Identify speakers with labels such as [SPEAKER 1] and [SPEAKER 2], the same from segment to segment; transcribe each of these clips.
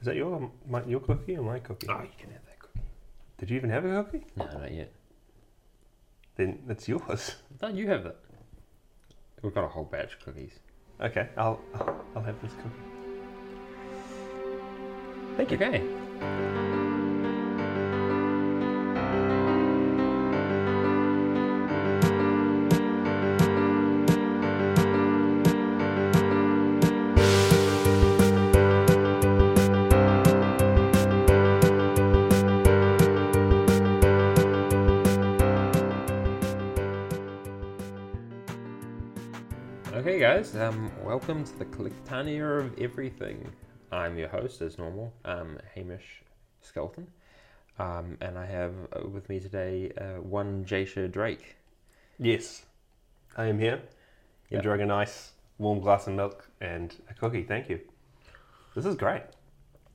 [SPEAKER 1] Is that your my, your cookie or my cookie?
[SPEAKER 2] Oh, you can have that cookie.
[SPEAKER 1] Did you even have a cookie?
[SPEAKER 2] No, not yet.
[SPEAKER 1] Then that's yours.
[SPEAKER 2] No, you have that. We've got a whole batch of cookies.
[SPEAKER 1] Okay, I'll I'll, I'll have this cookie.
[SPEAKER 2] Thank you. Okay. Okay, guys, um, welcome to the Collectania of Everything. I'm your host, as normal, um, Hamish Skelton. Um, and I have uh, with me today uh, one Jasha Drake.
[SPEAKER 1] Yes, I am here.
[SPEAKER 2] Yeah.
[SPEAKER 1] Enjoying a nice warm glass of milk and a cookie. Thank you. This is great.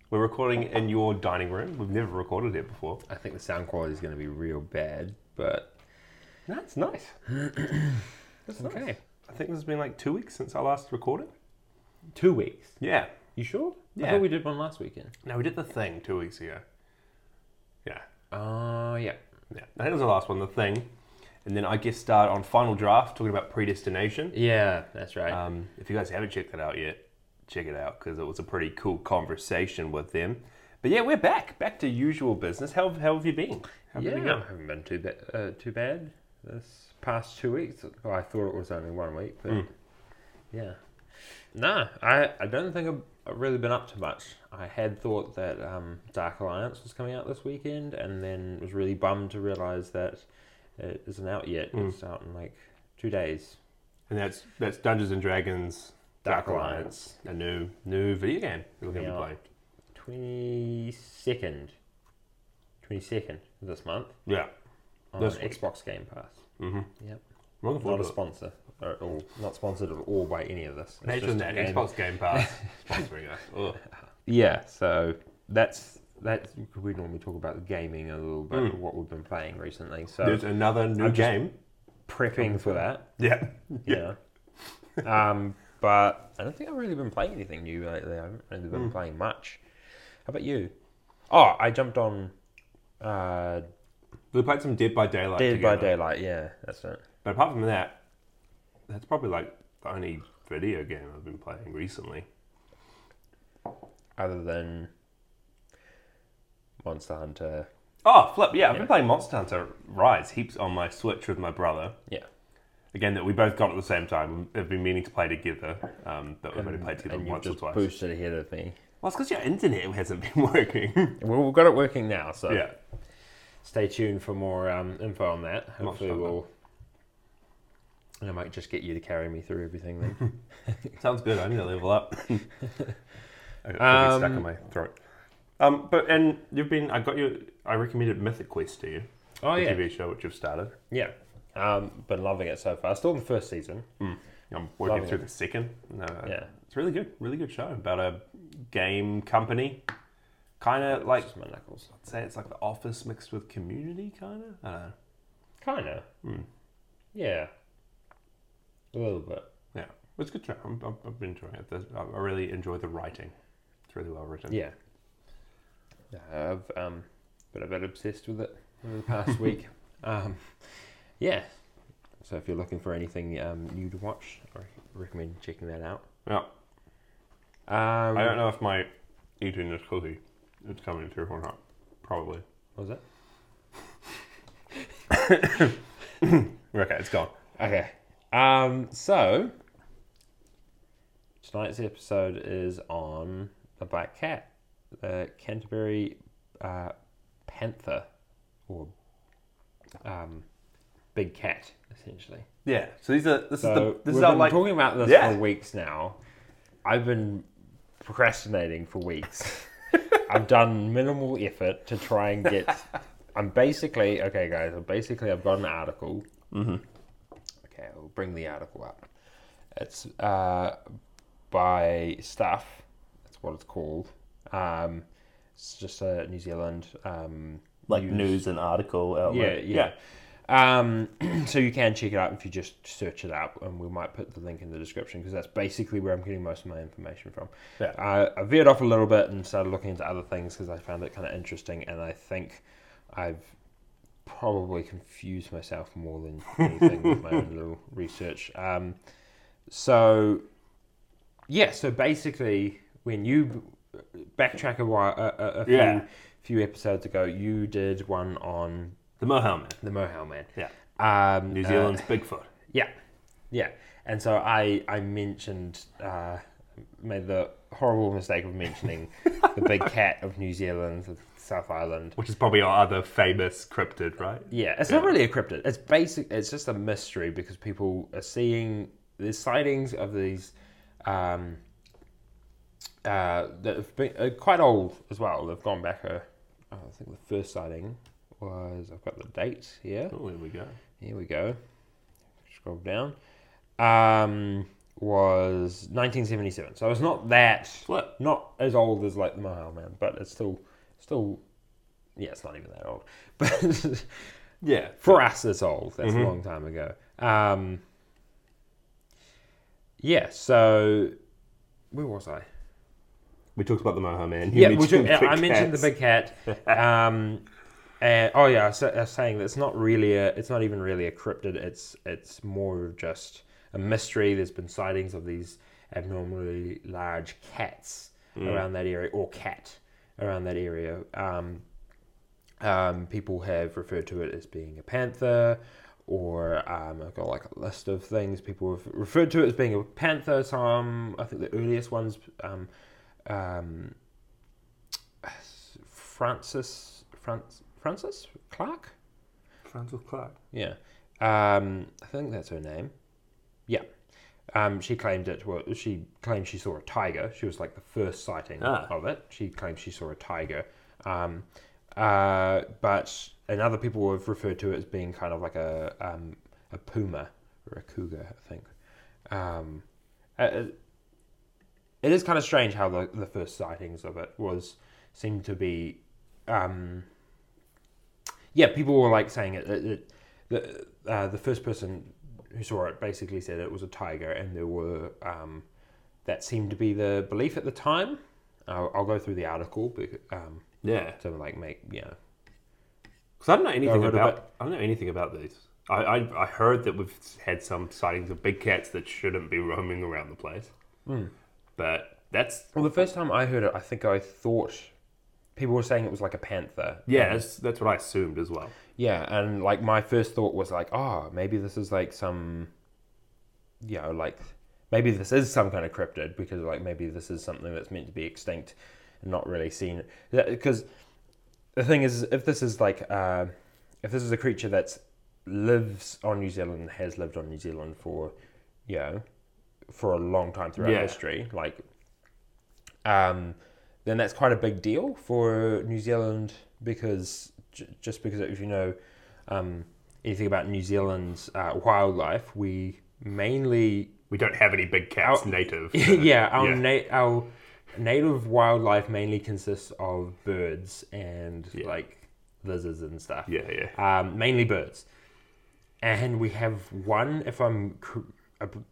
[SPEAKER 1] We're recording in your dining room. We've never recorded it before.
[SPEAKER 2] I think the sound quality is going to be real bad, but
[SPEAKER 1] That's nice. That's
[SPEAKER 2] okay.
[SPEAKER 1] nice. I think this has been like two weeks since I last recorded.
[SPEAKER 2] Two weeks.
[SPEAKER 1] Yeah.
[SPEAKER 2] You sure? I
[SPEAKER 1] Yeah.
[SPEAKER 2] thought we did one last weekend.
[SPEAKER 1] No, we did the thing two weeks ago. Yeah.
[SPEAKER 2] Oh, yeah.
[SPEAKER 1] Uh, Yeah, I think it was the last one, the thing, and then I guess start on final draft talking about predestination.
[SPEAKER 2] Yeah, that's right.
[SPEAKER 1] Um, if you guys haven't checked that out yet, check it out because it was a pretty cool conversation with them. But yeah, we're back, back to usual business. How, how have you been? How have you been
[SPEAKER 2] yeah,
[SPEAKER 1] going?
[SPEAKER 2] I haven't been too bad. Uh, too bad this past two weeks. Well, I thought it was only one week,
[SPEAKER 1] Hmm.
[SPEAKER 2] but yeah, no, I I don't think I've- I've really been up to much. I had thought that um, Dark Alliance was coming out this weekend, and then was really bummed to realise that it isn't out yet.
[SPEAKER 1] Mm.
[SPEAKER 2] It's out in like two days.
[SPEAKER 1] And that's that's Dungeons and Dragons Dark, Alliance, a new new video game that we're going to
[SPEAKER 2] Yeah.
[SPEAKER 1] be playing.
[SPEAKER 2] Twenty second, twenty second this month
[SPEAKER 1] Yeah,
[SPEAKER 2] on
[SPEAKER 1] This week.
[SPEAKER 2] Xbox Game Pass.
[SPEAKER 1] mm-hmm.
[SPEAKER 2] Yep.
[SPEAKER 1] I'm looking
[SPEAKER 2] Not
[SPEAKER 1] forward
[SPEAKER 2] a
[SPEAKER 1] to it.
[SPEAKER 2] sponsor at all. Not sponsored at all by any of this. It's
[SPEAKER 1] Imagine
[SPEAKER 2] just
[SPEAKER 1] that
[SPEAKER 2] a game.
[SPEAKER 1] Xbox Game Pass sponsoring us. Ugh.
[SPEAKER 2] Yeah, so that's that's we normally talk about gaming a little bit,
[SPEAKER 1] Mm.
[SPEAKER 2] what we've been playing recently. So
[SPEAKER 1] There's another new
[SPEAKER 2] I'm just-
[SPEAKER 1] game.
[SPEAKER 2] prepping for that.
[SPEAKER 1] Yeah,
[SPEAKER 2] Yeah. um, but I don't think I've really been playing anything new lately. I haven't really been playing much. How about you? Oh, I jumped on uh,
[SPEAKER 1] we played some Dead by Daylight.
[SPEAKER 2] Dead by
[SPEAKER 1] together.
[SPEAKER 2] Daylight. Yeah, that's it.
[SPEAKER 1] But apart from that, that's probably like the only video game I've been playing recently.
[SPEAKER 2] Other than Monster Hunter.
[SPEAKER 1] Oh, flip! Yeah, I've
[SPEAKER 2] Yeah.
[SPEAKER 1] been playing Monster Hunter Rise heaps on my Switch with my brother.
[SPEAKER 2] Yeah.
[SPEAKER 1] Again, that we both got at the same time. We've been meaning to play together, um, but we've only played together
[SPEAKER 2] and you've
[SPEAKER 1] once or
[SPEAKER 2] just
[SPEAKER 1] twice.
[SPEAKER 2] boosted ahead of me.
[SPEAKER 1] Well, it's because your internet hasn't been working.
[SPEAKER 2] Well, we've got it working now, so
[SPEAKER 1] yeah,
[SPEAKER 2] stay tuned for more um, info on that.
[SPEAKER 1] Not
[SPEAKER 2] Hopefully,
[SPEAKER 1] sure,
[SPEAKER 2] we'll. I might just get you to carry me through everything then.
[SPEAKER 1] sounds good. I need to level up. I got something stuck in
[SPEAKER 2] Um,
[SPEAKER 1] my throat. Um, but and you've been. I got you. I recommended Mythic Quest to you,
[SPEAKER 2] oh
[SPEAKER 1] the
[SPEAKER 2] yeah,
[SPEAKER 1] TV show which you've started.
[SPEAKER 2] yeah. Um, been loving it so far. Still in the first season.
[SPEAKER 1] I'm working
[SPEAKER 2] Loving
[SPEAKER 1] through
[SPEAKER 2] it.
[SPEAKER 1] the second. uh, No,
[SPEAKER 2] Yeah,
[SPEAKER 1] It's really good, really good show about a game company. Kind of like,
[SPEAKER 2] just my knuckles.
[SPEAKER 1] I'd say it's like The Office mixed with Community, kind of. I don't know.
[SPEAKER 2] Kind of.
[SPEAKER 1] Hmm.
[SPEAKER 2] Yeah. A little bit.
[SPEAKER 1] Yeah, it's a good show. I'm, I'm, I've been enjoying it. There's- I I really enjoy the writing. It's really well written.
[SPEAKER 2] Yeah. Yeah, I've um, been a bit obsessed with it over the past week. Um, yeah. So if you're looking for anything um, new to watch, I recommend checking that out.
[SPEAKER 1] Yeah.
[SPEAKER 2] Um,
[SPEAKER 1] I don't know if my eating this cookie is coming through or not. Probably.
[SPEAKER 2] What was it?
[SPEAKER 1] Okay, it's gone.
[SPEAKER 2] Okay. Um, so tonight's episode is on the black cat, the Canterbury uh, panther, or um, big cat, essentially.
[SPEAKER 1] Yeah. So these are this
[SPEAKER 2] So
[SPEAKER 1] is the this
[SPEAKER 2] we've
[SPEAKER 1] is our
[SPEAKER 2] been
[SPEAKER 1] like
[SPEAKER 2] talking about this
[SPEAKER 1] Yeah.
[SPEAKER 2] for weeks now. I've been procrastinating for weeks. I've done minimal effort to try and get. I'm basically okay, guys. I'm basically I've got an article.
[SPEAKER 1] Mm-hmm.
[SPEAKER 2] Okay, I'll bring the article up. It's uh, by Stuff. That's what it's called. Um, it's just a New Zealand um,
[SPEAKER 1] and article
[SPEAKER 2] yeah, yeah. Um, so you can check it out if you just search it out, and we might put the link in the description because that's basically where I'm getting most of my information from.
[SPEAKER 1] Yeah.
[SPEAKER 2] Uh, I veered off a little bit and started looking into other things because I found it kind of interesting, and I think I've probably confused myself more than anything with my own little research. Um, so yeah, so basically, when you b- backtrack a while, a, a, a few,
[SPEAKER 1] Yeah.
[SPEAKER 2] few episodes ago, you did one on
[SPEAKER 1] The Mohammed.
[SPEAKER 2] the Mohel Man.
[SPEAKER 1] Yeah.
[SPEAKER 2] Um,
[SPEAKER 1] New
[SPEAKER 2] uh,
[SPEAKER 1] Zealand's Bigfoot.
[SPEAKER 2] yeah, yeah. And so I I mentioned uh, made the horrible mistake of mentioning the big cat of New Zealand, the South Island.
[SPEAKER 1] Which is probably our other famous cryptid, right?
[SPEAKER 2] Yeah, it's not really a cryptid. It's basic. It's just a mystery because people are seeing there's sightings of these. Um, uh, that have been uh, quite old as well. They've gone back. A, I think the first sighting was I've got the date here.
[SPEAKER 1] Oh, there we go.
[SPEAKER 2] Here we go. Scroll down. Um, was 1977. So it's not that,
[SPEAKER 1] Flip.
[SPEAKER 2] not as old as like the Mahal Man, but it's still, still, yeah, it's not even that old. But
[SPEAKER 1] Yeah.
[SPEAKER 2] for us, it's old. That's a long time ago. Um, yeah. So where was I?
[SPEAKER 1] We talked about the Mohammed.
[SPEAKER 2] yeah, we do- I mentioned the big cat. Um, and, oh yeah, I was, I was saying that's not really a. It's not even really a cryptid. It's it's more of just a mystery. There's been sightings of these abnormally large cats around that area, or cat around that area. Um, um, people have referred to it as being a panther, or um, I've got like a list of things people have referred to it as being a panther. Some, I think the earliest ones, um, um, Francis, Franc- Francis Clark?
[SPEAKER 1] Franz with Clark.
[SPEAKER 2] Yeah. Um, I think that's her name. Yeah. Um, she claimed it. Well, she claimed she saw a tiger. She was like the first sighting
[SPEAKER 1] Ah.
[SPEAKER 2] of it. She claimed she saw a tiger. Um, uh, but and other people have referred to it as being kind of like a um, a puma or a cougar, I think. Um, uh, uh, it is kind of strange how the, the first sightings of it was seemed to be um, yeah, people were like saying it. it, it the uh, the first person who saw it basically said it was a tiger, and there were um, that seemed to be the belief at the time. I'll, I'll go through the article bec- um,
[SPEAKER 1] Yeah.
[SPEAKER 2] to like make yeah
[SPEAKER 1] Because I don't know anything
[SPEAKER 2] heard of
[SPEAKER 1] about. I don't know anything about these. I, I I heard that we've had some sightings of big cats that shouldn't be roaming around the place. But that's
[SPEAKER 2] Well, the first time I heard it, I think I thought people were saying it was like a panther.
[SPEAKER 1] yeah, that's that's what I assumed as well.
[SPEAKER 2] Yeah, and like my first thought was like, oh, maybe this is like some, you know, like maybe this is some kind of cryptid because like maybe this is something that's meant to be extinct and not really seen. Because the thing is, if this is like, uh, if this is a creature that's lives on New Zealand and has lived on New Zealand for, you know, for a long time throughout
[SPEAKER 1] Yeah.
[SPEAKER 2] history, like, um, then that's quite a big deal for New Zealand because j- just because if you know um, anything about New Zealand's uh, wildlife, we mainly
[SPEAKER 1] We don't have any big cats native.
[SPEAKER 2] yeah our
[SPEAKER 1] Yeah.
[SPEAKER 2] Na- our native wildlife mainly consists of birds and
[SPEAKER 1] Yeah.
[SPEAKER 2] like lizards and stuff.
[SPEAKER 1] Yeah, yeah.
[SPEAKER 2] Um, mainly birds, and we have one. If I'm, cr- I'm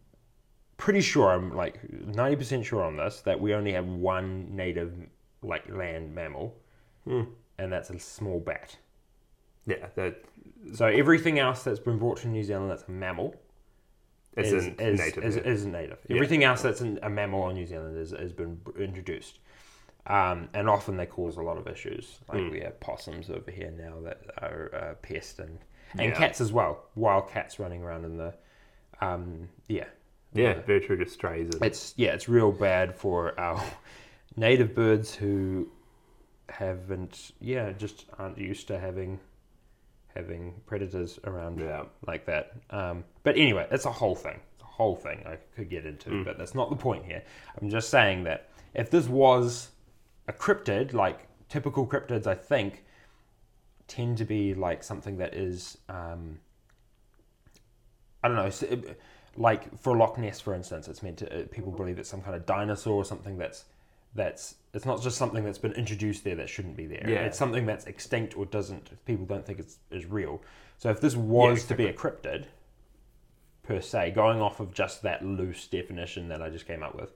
[SPEAKER 2] pretty sure, I'm like ninety percent sure on this that we only have one native like land mammal,
[SPEAKER 1] Hmm.
[SPEAKER 2] and that's a small bat.
[SPEAKER 1] Yeah, that
[SPEAKER 2] So everything else that's been brought to New Zealand that's a mammal
[SPEAKER 1] it's
[SPEAKER 2] is,
[SPEAKER 1] an
[SPEAKER 2] is,
[SPEAKER 1] native.
[SPEAKER 2] is,
[SPEAKER 1] yeah.
[SPEAKER 2] is native. Everything else that's in, a mammal in New Zealand is, has been b- introduced. Um, and often they cause a lot of issues. Like
[SPEAKER 1] Hmm.
[SPEAKER 2] we have possums over here now that are uh, pests and, and
[SPEAKER 1] Yeah.
[SPEAKER 2] cats as well. Wild cats running around in the. Um, yeah.
[SPEAKER 1] yeah, very true to strays. And,
[SPEAKER 2] It's yeah, it's real bad for our native birds who haven't yeah, just aren't used to having having predators around
[SPEAKER 1] yeah.
[SPEAKER 2] like that. Um, but anyway, it's a whole thing. It's a whole thing I could get into, but that's not the point here. I'm just saying that if this was a cryptid, like typical cryptids, I think tend to be like something that is, um, I don't know, s- like for Loch Ness, for instance, it's meant to uh, people believe it's some kind of dinosaur or something that's that's it's not just something that's been introduced there that shouldn't be there.
[SPEAKER 1] Yeah.
[SPEAKER 2] It's something that's extinct or doesn't people don't think it's is real. So if this was to be a cryptid per se, going off of just that loose definition that I just came up with,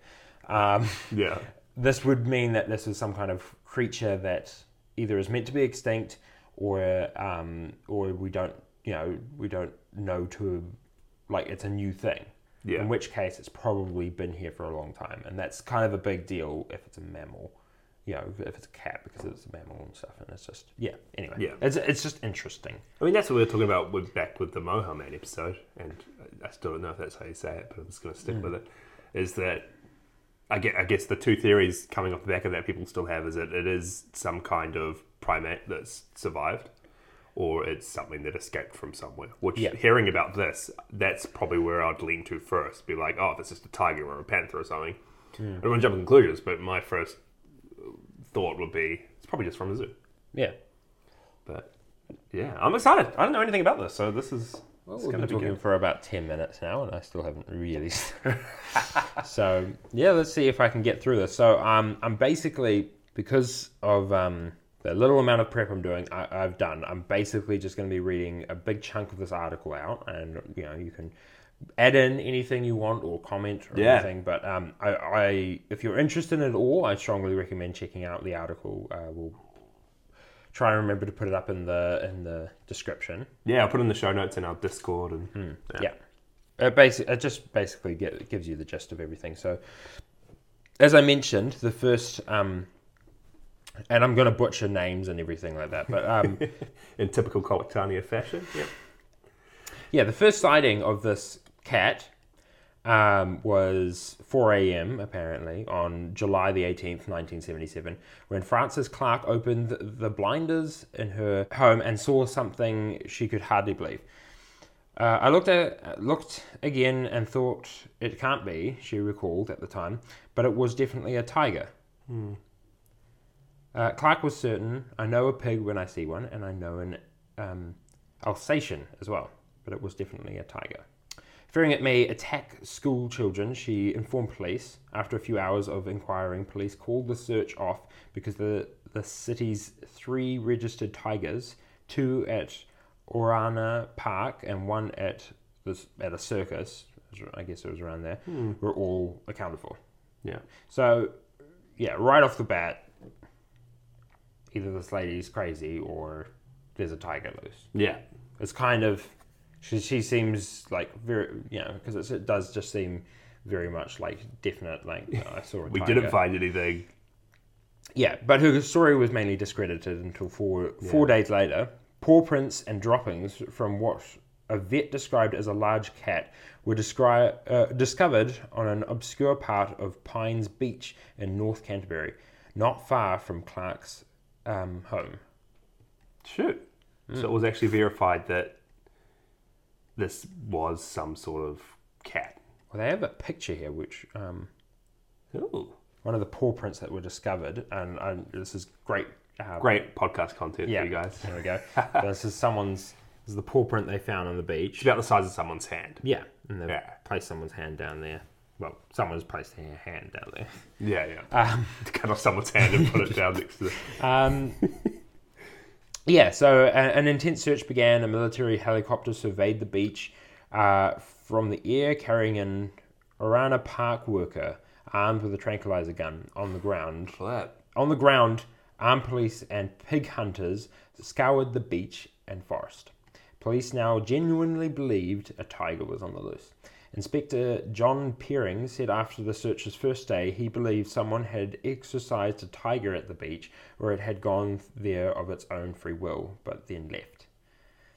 [SPEAKER 2] um,
[SPEAKER 1] Yeah.
[SPEAKER 2] this would mean that this is some kind of creature that either is meant to be extinct or um, or we don't you know we don't know to like it's a new thing
[SPEAKER 1] Yeah.
[SPEAKER 2] in which case it's probably been here for a long time and that's kind of a big deal if it's a mammal you know if it's a cat because it's a mammal and stuff and it's just yeah anyway
[SPEAKER 1] Yeah.
[SPEAKER 2] it's, it's just interesting
[SPEAKER 1] I mean, that's what we were talking about with back with the Mohammed episode, and I still don't know if that's how you say it, but I'm just going to stick with it. Is that I guess, I guess the two theories coming off the back of that people still have is that it is some kind of primate that's survived, or it's something that escaped from somewhere. Which,
[SPEAKER 2] Yeah.
[SPEAKER 1] hearing about this, that's probably where I'd lean to first. Be like, oh, if it's just a tiger or a panther or something. I don't want to jump to conclusions, but my first thought would be it's probably just from a zoo.
[SPEAKER 2] yeah
[SPEAKER 1] But yeah, I'm excited. I don't know anything about this, so this is
[SPEAKER 2] Well,
[SPEAKER 1] it's
[SPEAKER 2] we've
[SPEAKER 1] gonna
[SPEAKER 2] been
[SPEAKER 1] be
[SPEAKER 2] talking
[SPEAKER 1] good.
[SPEAKER 2] for about 10 minutes now, and I still haven't really. started. so, yeah, let's see if I can get through this. So, um, I'm basically, because of um, the little amount of prep I'm doing, I, I've done, I'm basically just going to be reading a big chunk of this article out, and, you know, you can add in anything you want or comment or
[SPEAKER 1] Yeah.
[SPEAKER 2] anything. But um, I, I, if you're interested at all, I strongly recommend checking out the article. Uh, we'll try and remember to put it up in the in the description.
[SPEAKER 1] Yeah, I'll put in the show notes in our Discord and
[SPEAKER 2] Yeah. It, basi- it just basically gi- gives you the gist of everything. So, as I mentioned, the first, um, and I'm going to butcher names and everything like that, but um,
[SPEAKER 1] in typical Colactania fashion. Yep.
[SPEAKER 2] yeah, the first sighting of this cat um, was 4 a.m., apparently, on July the 18th, 1977, when Frances Clark opened the blinders in her home and saw something she could hardly believe. Uh, I looked at looked again and thought it can't be. She recalled at the time, but it was definitely a tiger. Uh, Clark was certain. I know a pig when I see one, and I know an um, Alsatian as well, but it was definitely a tiger. Fearing it may attack school children, she informed police. After a few hours of inquiring, police called the search off because the, the city's three registered tigers, two at Orana Park and one at this, at a circus, I guess it was around there, were all accounted for.
[SPEAKER 1] Yeah.
[SPEAKER 2] So, yeah, right off the bat, either this lady's crazy or there's a tiger loose.
[SPEAKER 1] Yeah.
[SPEAKER 2] It's kind of she, she seems like very you know because it does just seem very much like definite like no, I saw a
[SPEAKER 1] We
[SPEAKER 2] tiger.
[SPEAKER 1] didn't find anything.
[SPEAKER 2] yeah, but her story was mainly discredited until four four days later. Paw prints and droppings from what a vet described as a large cat were descri- uh, discovered on an obscure part of Pines Beach in North Canterbury, not far from Clark's um, home.
[SPEAKER 1] Shoot.
[SPEAKER 2] Hmm.
[SPEAKER 1] So it was actually verified that this was some sort of cat.
[SPEAKER 2] Well, they have a picture here which um,
[SPEAKER 1] Ooh.
[SPEAKER 2] one of the paw prints that were discovered, and, and this is great. Uh,
[SPEAKER 1] Great podcast content
[SPEAKER 2] yeah,
[SPEAKER 1] for you guys.
[SPEAKER 2] There we go. this is someone's. This is the paw print they found on the beach.
[SPEAKER 1] It's about the size of someone's hand.
[SPEAKER 2] Yeah, and they
[SPEAKER 1] Yeah.
[SPEAKER 2] placed someone's hand down there. Well, someone's placed their hand down there.
[SPEAKER 1] Yeah, yeah. to cut off someone's hand and put it down next to the
[SPEAKER 2] Um, yeah, so a, an intense search began. A military helicopter surveyed the beach uh, from the air, carrying an Orana park worker armed with a tranquilizer gun on the ground.
[SPEAKER 1] flat.
[SPEAKER 2] On the ground, armed police and pig hunters scoured the beach and forest. Police now genuinely believed a tiger was on the loose. Inspector John Peering said after the search's first day, he believed someone had exercised a tiger at the beach or it had gone there of its own free will, but then left.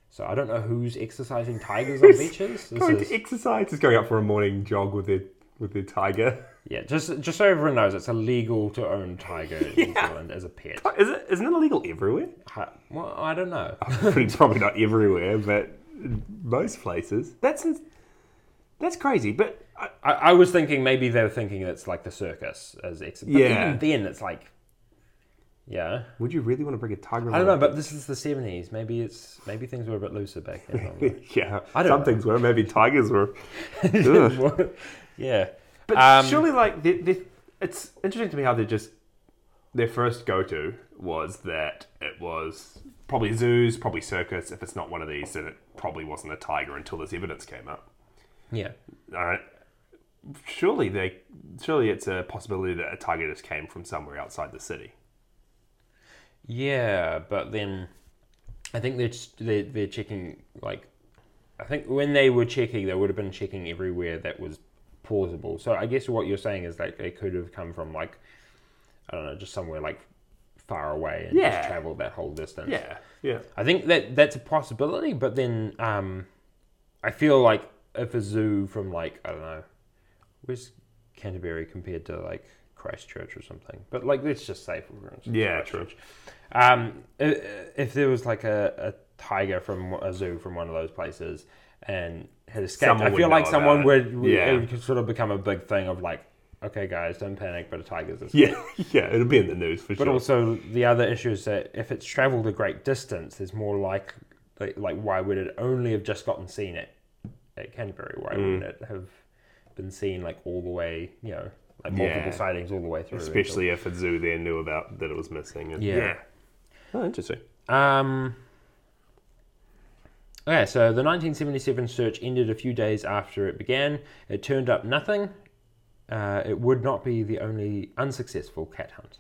[SPEAKER 2] So I don't know who's exercising tigers on beaches. This
[SPEAKER 1] Going
[SPEAKER 2] is,
[SPEAKER 1] to exercise. Just going out for a morning jog with their with their tiger.
[SPEAKER 2] yeah, just just so everyone knows, it's illegal to own a tiger in New Zealand as a pet.
[SPEAKER 1] Is it isn't it illegal everywhere?
[SPEAKER 2] Ha- Well, I don't know.
[SPEAKER 1] Pretty- probably not everywhere, but most places. That's ins- that's crazy. But uh, I,
[SPEAKER 2] I, I was thinking maybe they were thinking it's like the circus as ex- but
[SPEAKER 1] Yeah.
[SPEAKER 2] even then it's like yeah
[SPEAKER 1] would you really want to bring a tiger?
[SPEAKER 2] I don't know but this is the 70s maybe it's maybe things were a bit looser back then
[SPEAKER 1] yeah,
[SPEAKER 2] I don't
[SPEAKER 1] some
[SPEAKER 2] know.
[SPEAKER 1] things were maybe tigers were. Ugh.
[SPEAKER 2] What? yeah
[SPEAKER 1] But
[SPEAKER 2] Um,
[SPEAKER 1] surely, like, they they it's interesting to me how they're just their first go to was that it was probably zoos, probably circus. If it's not one of these, then it probably wasn't a tiger until this evidence came up.
[SPEAKER 2] Yeah.
[SPEAKER 1] All right. Surely they, surely it's a possibility that a tiger just came from somewhere outside the city.
[SPEAKER 2] Yeah, but then I think they're just, they're, they're checking like I think when they were checking, they would have been checking everywhere that was plausible. So I guess what you're saying is like they could have come from like I don't know, just somewhere like far away and
[SPEAKER 1] Yeah.
[SPEAKER 2] just traveled that whole distance.
[SPEAKER 1] Yeah, yeah,
[SPEAKER 2] I think that that's a possibility, but then um, I feel like if a zoo from like I don't know, where's Canterbury compared to like Christchurch or something? But like let's just say for instance,
[SPEAKER 1] yeah.
[SPEAKER 2] Christchurch.
[SPEAKER 1] True.
[SPEAKER 2] Um, i- i- if there was like a, a tiger from a zoo from one of those places and had escaped,
[SPEAKER 1] Someone
[SPEAKER 2] I
[SPEAKER 1] would
[SPEAKER 2] feel like
[SPEAKER 1] know
[SPEAKER 2] someone
[SPEAKER 1] about
[SPEAKER 2] would,
[SPEAKER 1] it.
[SPEAKER 2] would
[SPEAKER 1] Yeah.
[SPEAKER 2] it would sort of become a big thing of like, okay, guys, don't panic, but a tiger's escaped.
[SPEAKER 1] Yeah, yeah. It'll be in the news for
[SPEAKER 2] But
[SPEAKER 1] sure.
[SPEAKER 2] also the other issue is that if it's travelled a great distance, there's more like, like like why would it only have just gotten seen at at Canterbury? Why
[SPEAKER 1] Mm.
[SPEAKER 2] wouldn't it have been seen like all the way? You know, like multiple
[SPEAKER 1] Yeah.
[SPEAKER 2] sightings all the way through. until-
[SPEAKER 1] Especially if a zoo there knew about that it was missing. And,
[SPEAKER 2] Yeah.
[SPEAKER 1] Oh, interesting.
[SPEAKER 2] Um. Okay, so the 1977 search ended a few days after it began. It turned up nothing. Uh, it would not be the only unsuccessful cat hunt.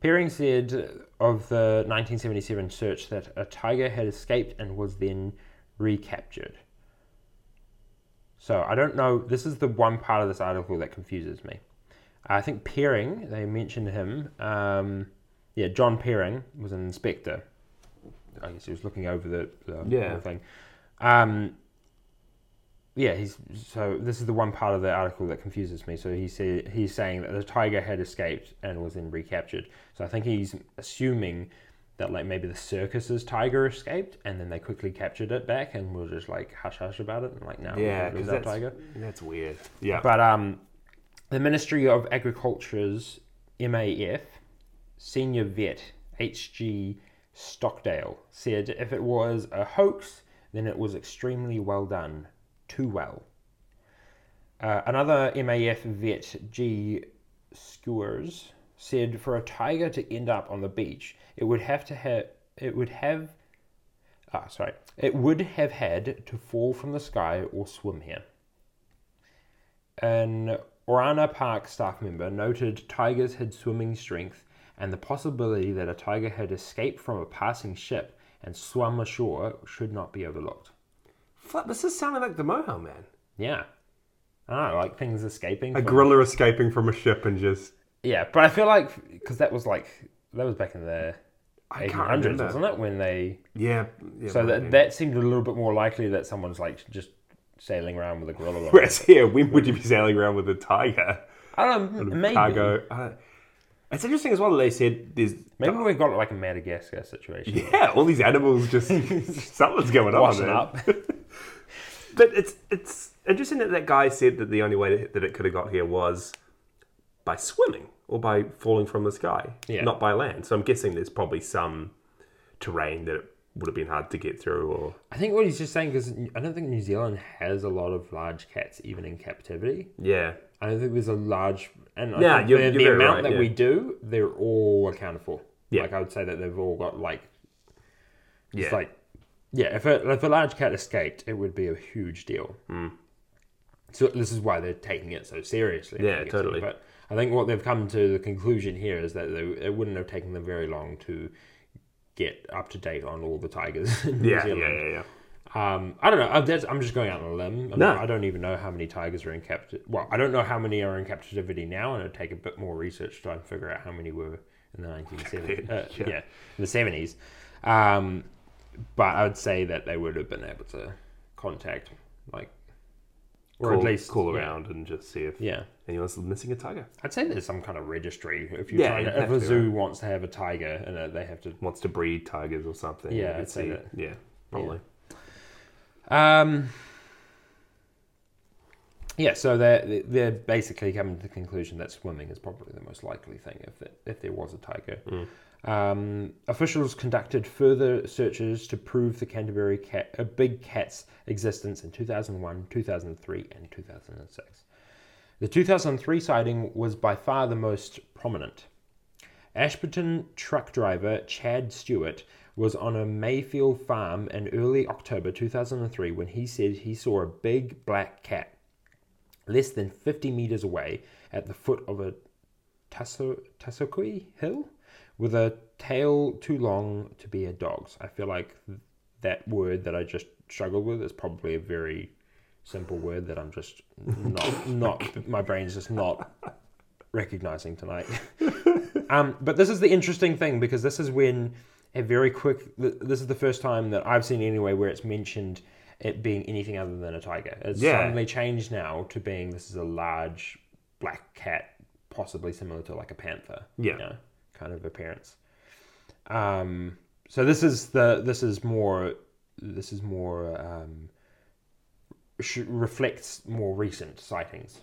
[SPEAKER 2] Peering said of the 1977 search that a tiger had escaped and was then recaptured. So I don't know. This is the one part of this article that confuses me. I think Peering, they mentioned him. Um, yeah, John Peering was an inspector. I guess he was looking over the, the
[SPEAKER 1] Yeah.
[SPEAKER 2] whole thing. Um, yeah, he's so this is the one part of the article that confuses me. So he said he's saying that the tiger had escaped and was then recaptured. So I think he's assuming that like maybe the circus's tiger escaped and then they quickly captured it back and were just like hush hush about it and like now
[SPEAKER 1] Yeah,
[SPEAKER 2] it was
[SPEAKER 1] because
[SPEAKER 2] our
[SPEAKER 1] that's,
[SPEAKER 2] tiger.
[SPEAKER 1] that's weird. Yeah.
[SPEAKER 2] But um, the Ministry of Agriculture's MAF senior vet H.G. Stockdale said if it was a hoax, then it was extremely well done, too well. Uh, another MAF vet, G. Skewers, said for a tiger to end up on the beach, it would have to have it would have ah sorry it would have had to fall from the sky or swim here. An Orana Park staff member noted tigers had swimming strength and the possibility that a tiger had escaped from a passing ship and swum ashore should not be overlooked.
[SPEAKER 1] Fuck, this is sounding like the Moho Man.
[SPEAKER 2] Yeah. I don't know, like things escaping.
[SPEAKER 1] A
[SPEAKER 2] from-
[SPEAKER 1] gorilla escaping from a ship and just.
[SPEAKER 2] yeah, but I feel like, because that was like, that was back in the
[SPEAKER 1] I can't
[SPEAKER 2] 1800s,
[SPEAKER 1] remember.
[SPEAKER 2] wasn't it? When they.
[SPEAKER 1] Yeah. yeah
[SPEAKER 2] So
[SPEAKER 1] might
[SPEAKER 2] that,
[SPEAKER 1] be.
[SPEAKER 2] that seemed a little bit more likely that someone's like just sailing around with a gorilla. on.
[SPEAKER 1] Whereas here, when would you be sailing around with a tiger?
[SPEAKER 2] I don't know, maybe.
[SPEAKER 1] Cargo. I don't- It's interesting as well that they said there's.
[SPEAKER 2] Maybe we've got like a Madagascar situation.
[SPEAKER 1] Yeah, all these animals just. something's going on.
[SPEAKER 2] Washing
[SPEAKER 1] man.
[SPEAKER 2] up.
[SPEAKER 1] But it's it's interesting that that guy said that the only way that it could have got here was by swimming or by falling from the sky,
[SPEAKER 2] Yeah.
[SPEAKER 1] not by land. So I'm guessing there's probably some terrain that it would have been hard to get through. Or
[SPEAKER 2] I think what he's just saying because I don't think New Zealand has a lot of large cats even in captivity.
[SPEAKER 1] yeah,
[SPEAKER 2] I don't think there's a large and I
[SPEAKER 1] Nah,
[SPEAKER 2] think
[SPEAKER 1] you're- you're
[SPEAKER 2] the, the
[SPEAKER 1] very
[SPEAKER 2] amount
[SPEAKER 1] right,
[SPEAKER 2] that
[SPEAKER 1] yeah.
[SPEAKER 2] we do, they're all accounted for.
[SPEAKER 1] Yeah.
[SPEAKER 2] Like I would say that they've all got like
[SPEAKER 1] yeah,
[SPEAKER 2] it's like yeah, if a if a large cat escaped, it would be a huge deal.
[SPEAKER 1] Hmm.
[SPEAKER 2] So this is why they're taking it so seriously. I'm
[SPEAKER 1] Yeah,
[SPEAKER 2] guessing.
[SPEAKER 1] totally.
[SPEAKER 2] But I think what they've come to the conclusion here is that they, it wouldn't have taken them very long to get up to date on all the tigers in New
[SPEAKER 1] yeah, yeah,
[SPEAKER 2] Zealand.
[SPEAKER 1] yeah, yeah.
[SPEAKER 2] Um, I don't know. Uh, That's, I'm just going out on a limb. I, mean,
[SPEAKER 1] No.
[SPEAKER 2] I don't even know how many tigers are in captivity. Well, I don't know how many are in captivity now, and it'd take a bit more research to try and figure out how many were in the 1970s. Uh, yeah.
[SPEAKER 1] Yeah.
[SPEAKER 2] in the 70s. Um, but I would say that they would have been able to contact, like, or
[SPEAKER 1] call,
[SPEAKER 2] at least
[SPEAKER 1] call
[SPEAKER 2] yeah,
[SPEAKER 1] around and just see if
[SPEAKER 2] Yeah,
[SPEAKER 1] anyone's missing a tiger
[SPEAKER 2] I'd say there's some kind of registry. If you're
[SPEAKER 1] Yeah,
[SPEAKER 2] trying
[SPEAKER 1] it'd
[SPEAKER 2] to, if
[SPEAKER 1] have
[SPEAKER 2] a
[SPEAKER 1] to be,
[SPEAKER 2] zoo wants to have a tiger, and it, they have to
[SPEAKER 1] wants to breed tigers or something.
[SPEAKER 2] Yeah,
[SPEAKER 1] you could
[SPEAKER 2] I'd say
[SPEAKER 1] see-
[SPEAKER 2] that.
[SPEAKER 1] Yeah, probably.
[SPEAKER 2] Um, yeah, so they're they're basically coming to the conclusion that swimming is probably the most likely thing if it, if there was a tiger. Um, officials conducted further searches to prove the Canterbury cat, a big cat's existence in 2001, 2003, and 2006. The 2003 sighting was by far the most prominent. Ashburton truck driver Chad Stewart was on a Mayfield farm in early October 2003 when he said he saw a big black cat less than 50 meters away at the foot of a Tasso- Tassoqui Hill with a tail too long to be a dog's. I feel like that word that I just struggled with is probably a very simple word that I'm just not, not my brain's just not recognizing tonight. um, but this is the interesting thing because this is when a very quick, th- this is the first time that I've seen anyway where it's mentioned it being anything other than a tiger. It's
[SPEAKER 1] Yeah.
[SPEAKER 2] suddenly changed now to being this is a large black cat, possibly similar to like a panther.
[SPEAKER 1] Yeah.
[SPEAKER 2] You know, kind of appearance. Um, so this is the this is more this is more um, sh- reflects more recent sightings.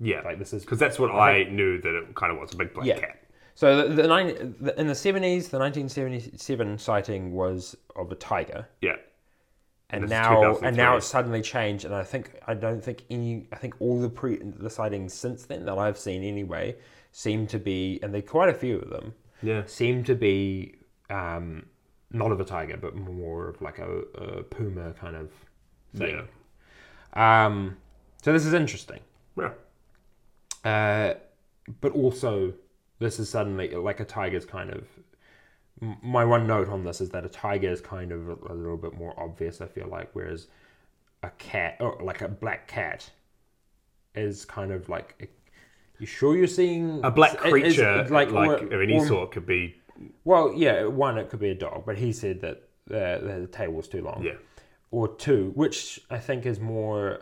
[SPEAKER 1] Yeah,
[SPEAKER 2] Like this is
[SPEAKER 1] because that's what I, knew that it kind of was a big black
[SPEAKER 2] Yeah.
[SPEAKER 1] cat.
[SPEAKER 2] So the, the, nine, the in the seventies, the nineteen seventy seven sighting was of a tiger,
[SPEAKER 1] Yeah,
[SPEAKER 2] and
[SPEAKER 1] This is
[SPEAKER 2] now and
[SPEAKER 1] 2003.
[SPEAKER 2] now it's suddenly changed. And I think I don't think any I think all the pre the sightings since then that I've seen anyway seem to be, and there are quite a few of them
[SPEAKER 1] yeah,
[SPEAKER 2] seem to be um, not of a tiger, but more of like a, a puma kind of
[SPEAKER 1] yeah.
[SPEAKER 2] thing. Um, so this is interesting.
[SPEAKER 1] Well,
[SPEAKER 2] Uh, but also, this is suddenly like a tiger's kind of. m- My one note on this is that a tiger is kind of a, a little bit more obvious. I feel like, whereas a cat or like a black cat is kind of like. You sure you're seeing
[SPEAKER 1] A black
[SPEAKER 2] it- it's
[SPEAKER 1] creature, like,
[SPEAKER 2] or-
[SPEAKER 1] of any
[SPEAKER 2] or-
[SPEAKER 1] sort, could be
[SPEAKER 2] Well, yeah, one it could be a dog, but he said that uh, the tail was too long
[SPEAKER 1] yeah,
[SPEAKER 2] or two, which I think is more.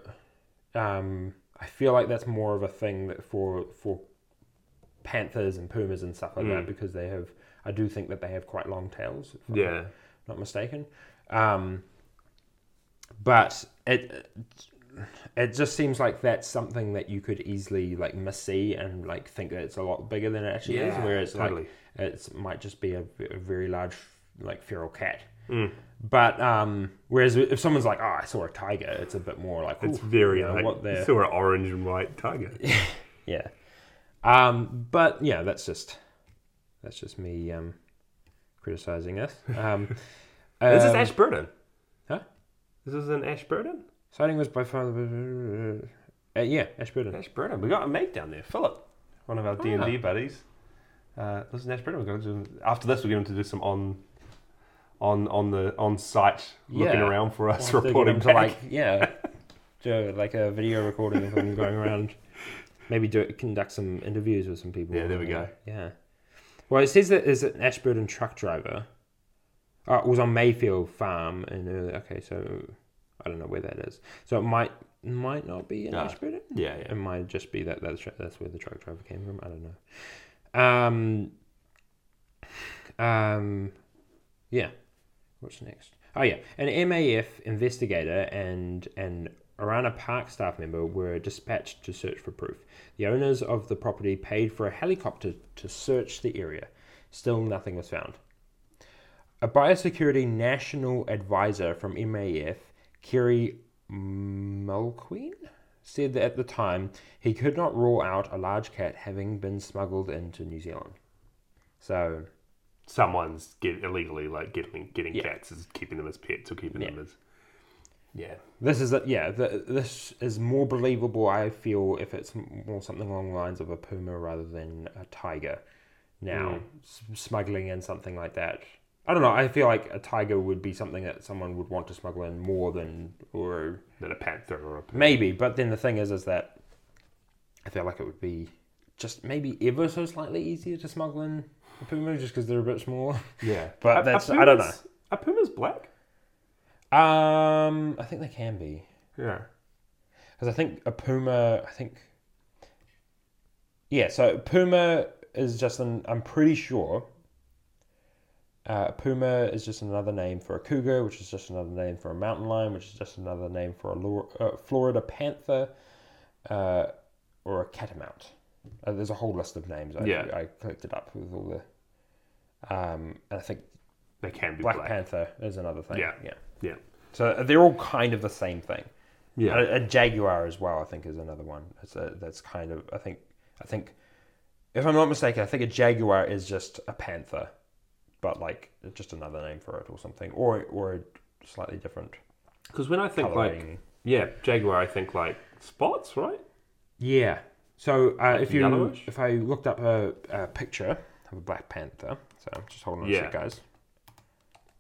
[SPEAKER 2] Um, I feel like that's more of a thing that for for panthers and pumas and stuff like that because they have. I do think that they have quite long tails, if I'm
[SPEAKER 1] yeah,
[SPEAKER 2] not mistaken. Um, but it it just seems like that's something that you could easily like missee and like think that it's a lot bigger than it actually is.
[SPEAKER 1] Yeah,
[SPEAKER 2] Whereas
[SPEAKER 1] totally.
[SPEAKER 2] like it might just be a, a very large like feral cat.
[SPEAKER 1] Hmm.
[SPEAKER 2] But um, whereas if someone's like, "Oh, I saw a tiger," it's a bit more like
[SPEAKER 1] it's
[SPEAKER 2] "Ooh,
[SPEAKER 1] very
[SPEAKER 2] you know,
[SPEAKER 1] like
[SPEAKER 2] what
[SPEAKER 1] you
[SPEAKER 2] the
[SPEAKER 1] saw an orange and white tiger.
[SPEAKER 2] yeah. Um, but yeah, that's just that's just me um, criticizing this. Um,
[SPEAKER 1] this is
[SPEAKER 2] um,
[SPEAKER 1] Ash Burden.
[SPEAKER 2] huh?
[SPEAKER 1] This is an Ash Burden.
[SPEAKER 2] Sighting was by far the uh, yeah Ashburton.
[SPEAKER 1] Ash Burden. We got a mate down there, Philip, one of our D and D buddies. Uh, this is Ash Burden. We're going to do, after this. We're going to do some on, on on the on site looking
[SPEAKER 2] Yeah.
[SPEAKER 1] around for us,
[SPEAKER 2] I'll have to get
[SPEAKER 1] reporting
[SPEAKER 2] him
[SPEAKER 1] back.
[SPEAKER 2] to like yeah, do like a video recording of him going around. Maybe do conduct some interviews with some people.
[SPEAKER 1] Yeah, there we go.
[SPEAKER 2] Yeah. Well, it says that there's an Ashburton truck driver. Oh, it was on Mayfield Farm in early. Okay, so I don't know where that is. So it might might not be in
[SPEAKER 1] Ah.
[SPEAKER 2] Ashburton.
[SPEAKER 1] yeah, yeah.
[SPEAKER 2] It might just be that that's that's where the truck driver came from. I don't know. Um. Um. Yeah. What's next? Oh yeah, an MAF investigator and an Arana Park staff member were dispatched to search for proof. The owners of the property paid for a helicopter to search the area. Still, nothing was found. A biosecurity national advisor from MAF, Kerry Mulqueen, said that at the time he could not rule out a large cat having been smuggled into New Zealand. So,
[SPEAKER 1] Someone's get illegally like getting getting
[SPEAKER 2] Yeah.
[SPEAKER 1] cats is keeping them as pets or keeping
[SPEAKER 2] Yeah.
[SPEAKER 1] them as yeah.
[SPEAKER 2] This is a, yeah. The, this is more believable. I feel if it's m- more something along the lines of a puma rather than a tiger. Now s- smuggling in something like that. I don't know. I feel like a tiger would be something that someone would want to smuggle in more than or
[SPEAKER 1] Than a panther or a
[SPEAKER 2] maybe. But then the thing is, is that I feel like it would be just maybe ever so slightly easier to smuggle in a puma just because they're a bit smaller.
[SPEAKER 1] yeah.
[SPEAKER 2] But
[SPEAKER 1] A- a
[SPEAKER 2] that's I don't know.
[SPEAKER 1] puma's- A puma's black.
[SPEAKER 2] Um, I think they can be.
[SPEAKER 1] Yeah.
[SPEAKER 2] because I think a puma, I think, yeah. So puma is just an. I'm pretty sure. Uh, puma is just another name for a cougar, which is just another name for a mountain lion, which is just another name for a Lor- uh, Florida panther, uh, or a catamount. Uh, there's a whole list of names. I,
[SPEAKER 1] Yeah.
[SPEAKER 2] I collected up with all the. Um, and I think
[SPEAKER 1] They can be
[SPEAKER 2] black,
[SPEAKER 1] black.
[SPEAKER 2] panther is another thing.
[SPEAKER 1] Yeah.
[SPEAKER 2] yeah.
[SPEAKER 1] Yeah.
[SPEAKER 2] So they're all kind of the same thing.
[SPEAKER 1] Yeah.
[SPEAKER 2] A, a jaguar as well, I think, is another one. It's a, that's kind of I think I think if I'm not mistaken, I think a jaguar is just a panther, but like just another name for it or something, or or a slightly different
[SPEAKER 1] Because when I think like
[SPEAKER 2] coloring.
[SPEAKER 1] yeah, jaguar, I think like spots, right?
[SPEAKER 2] Yeah. So uh, if you
[SPEAKER 1] yellowish?
[SPEAKER 2] if I looked up a, a picture of a black panther, so I'm just holding on
[SPEAKER 1] Yeah.
[SPEAKER 2] a sec, guys.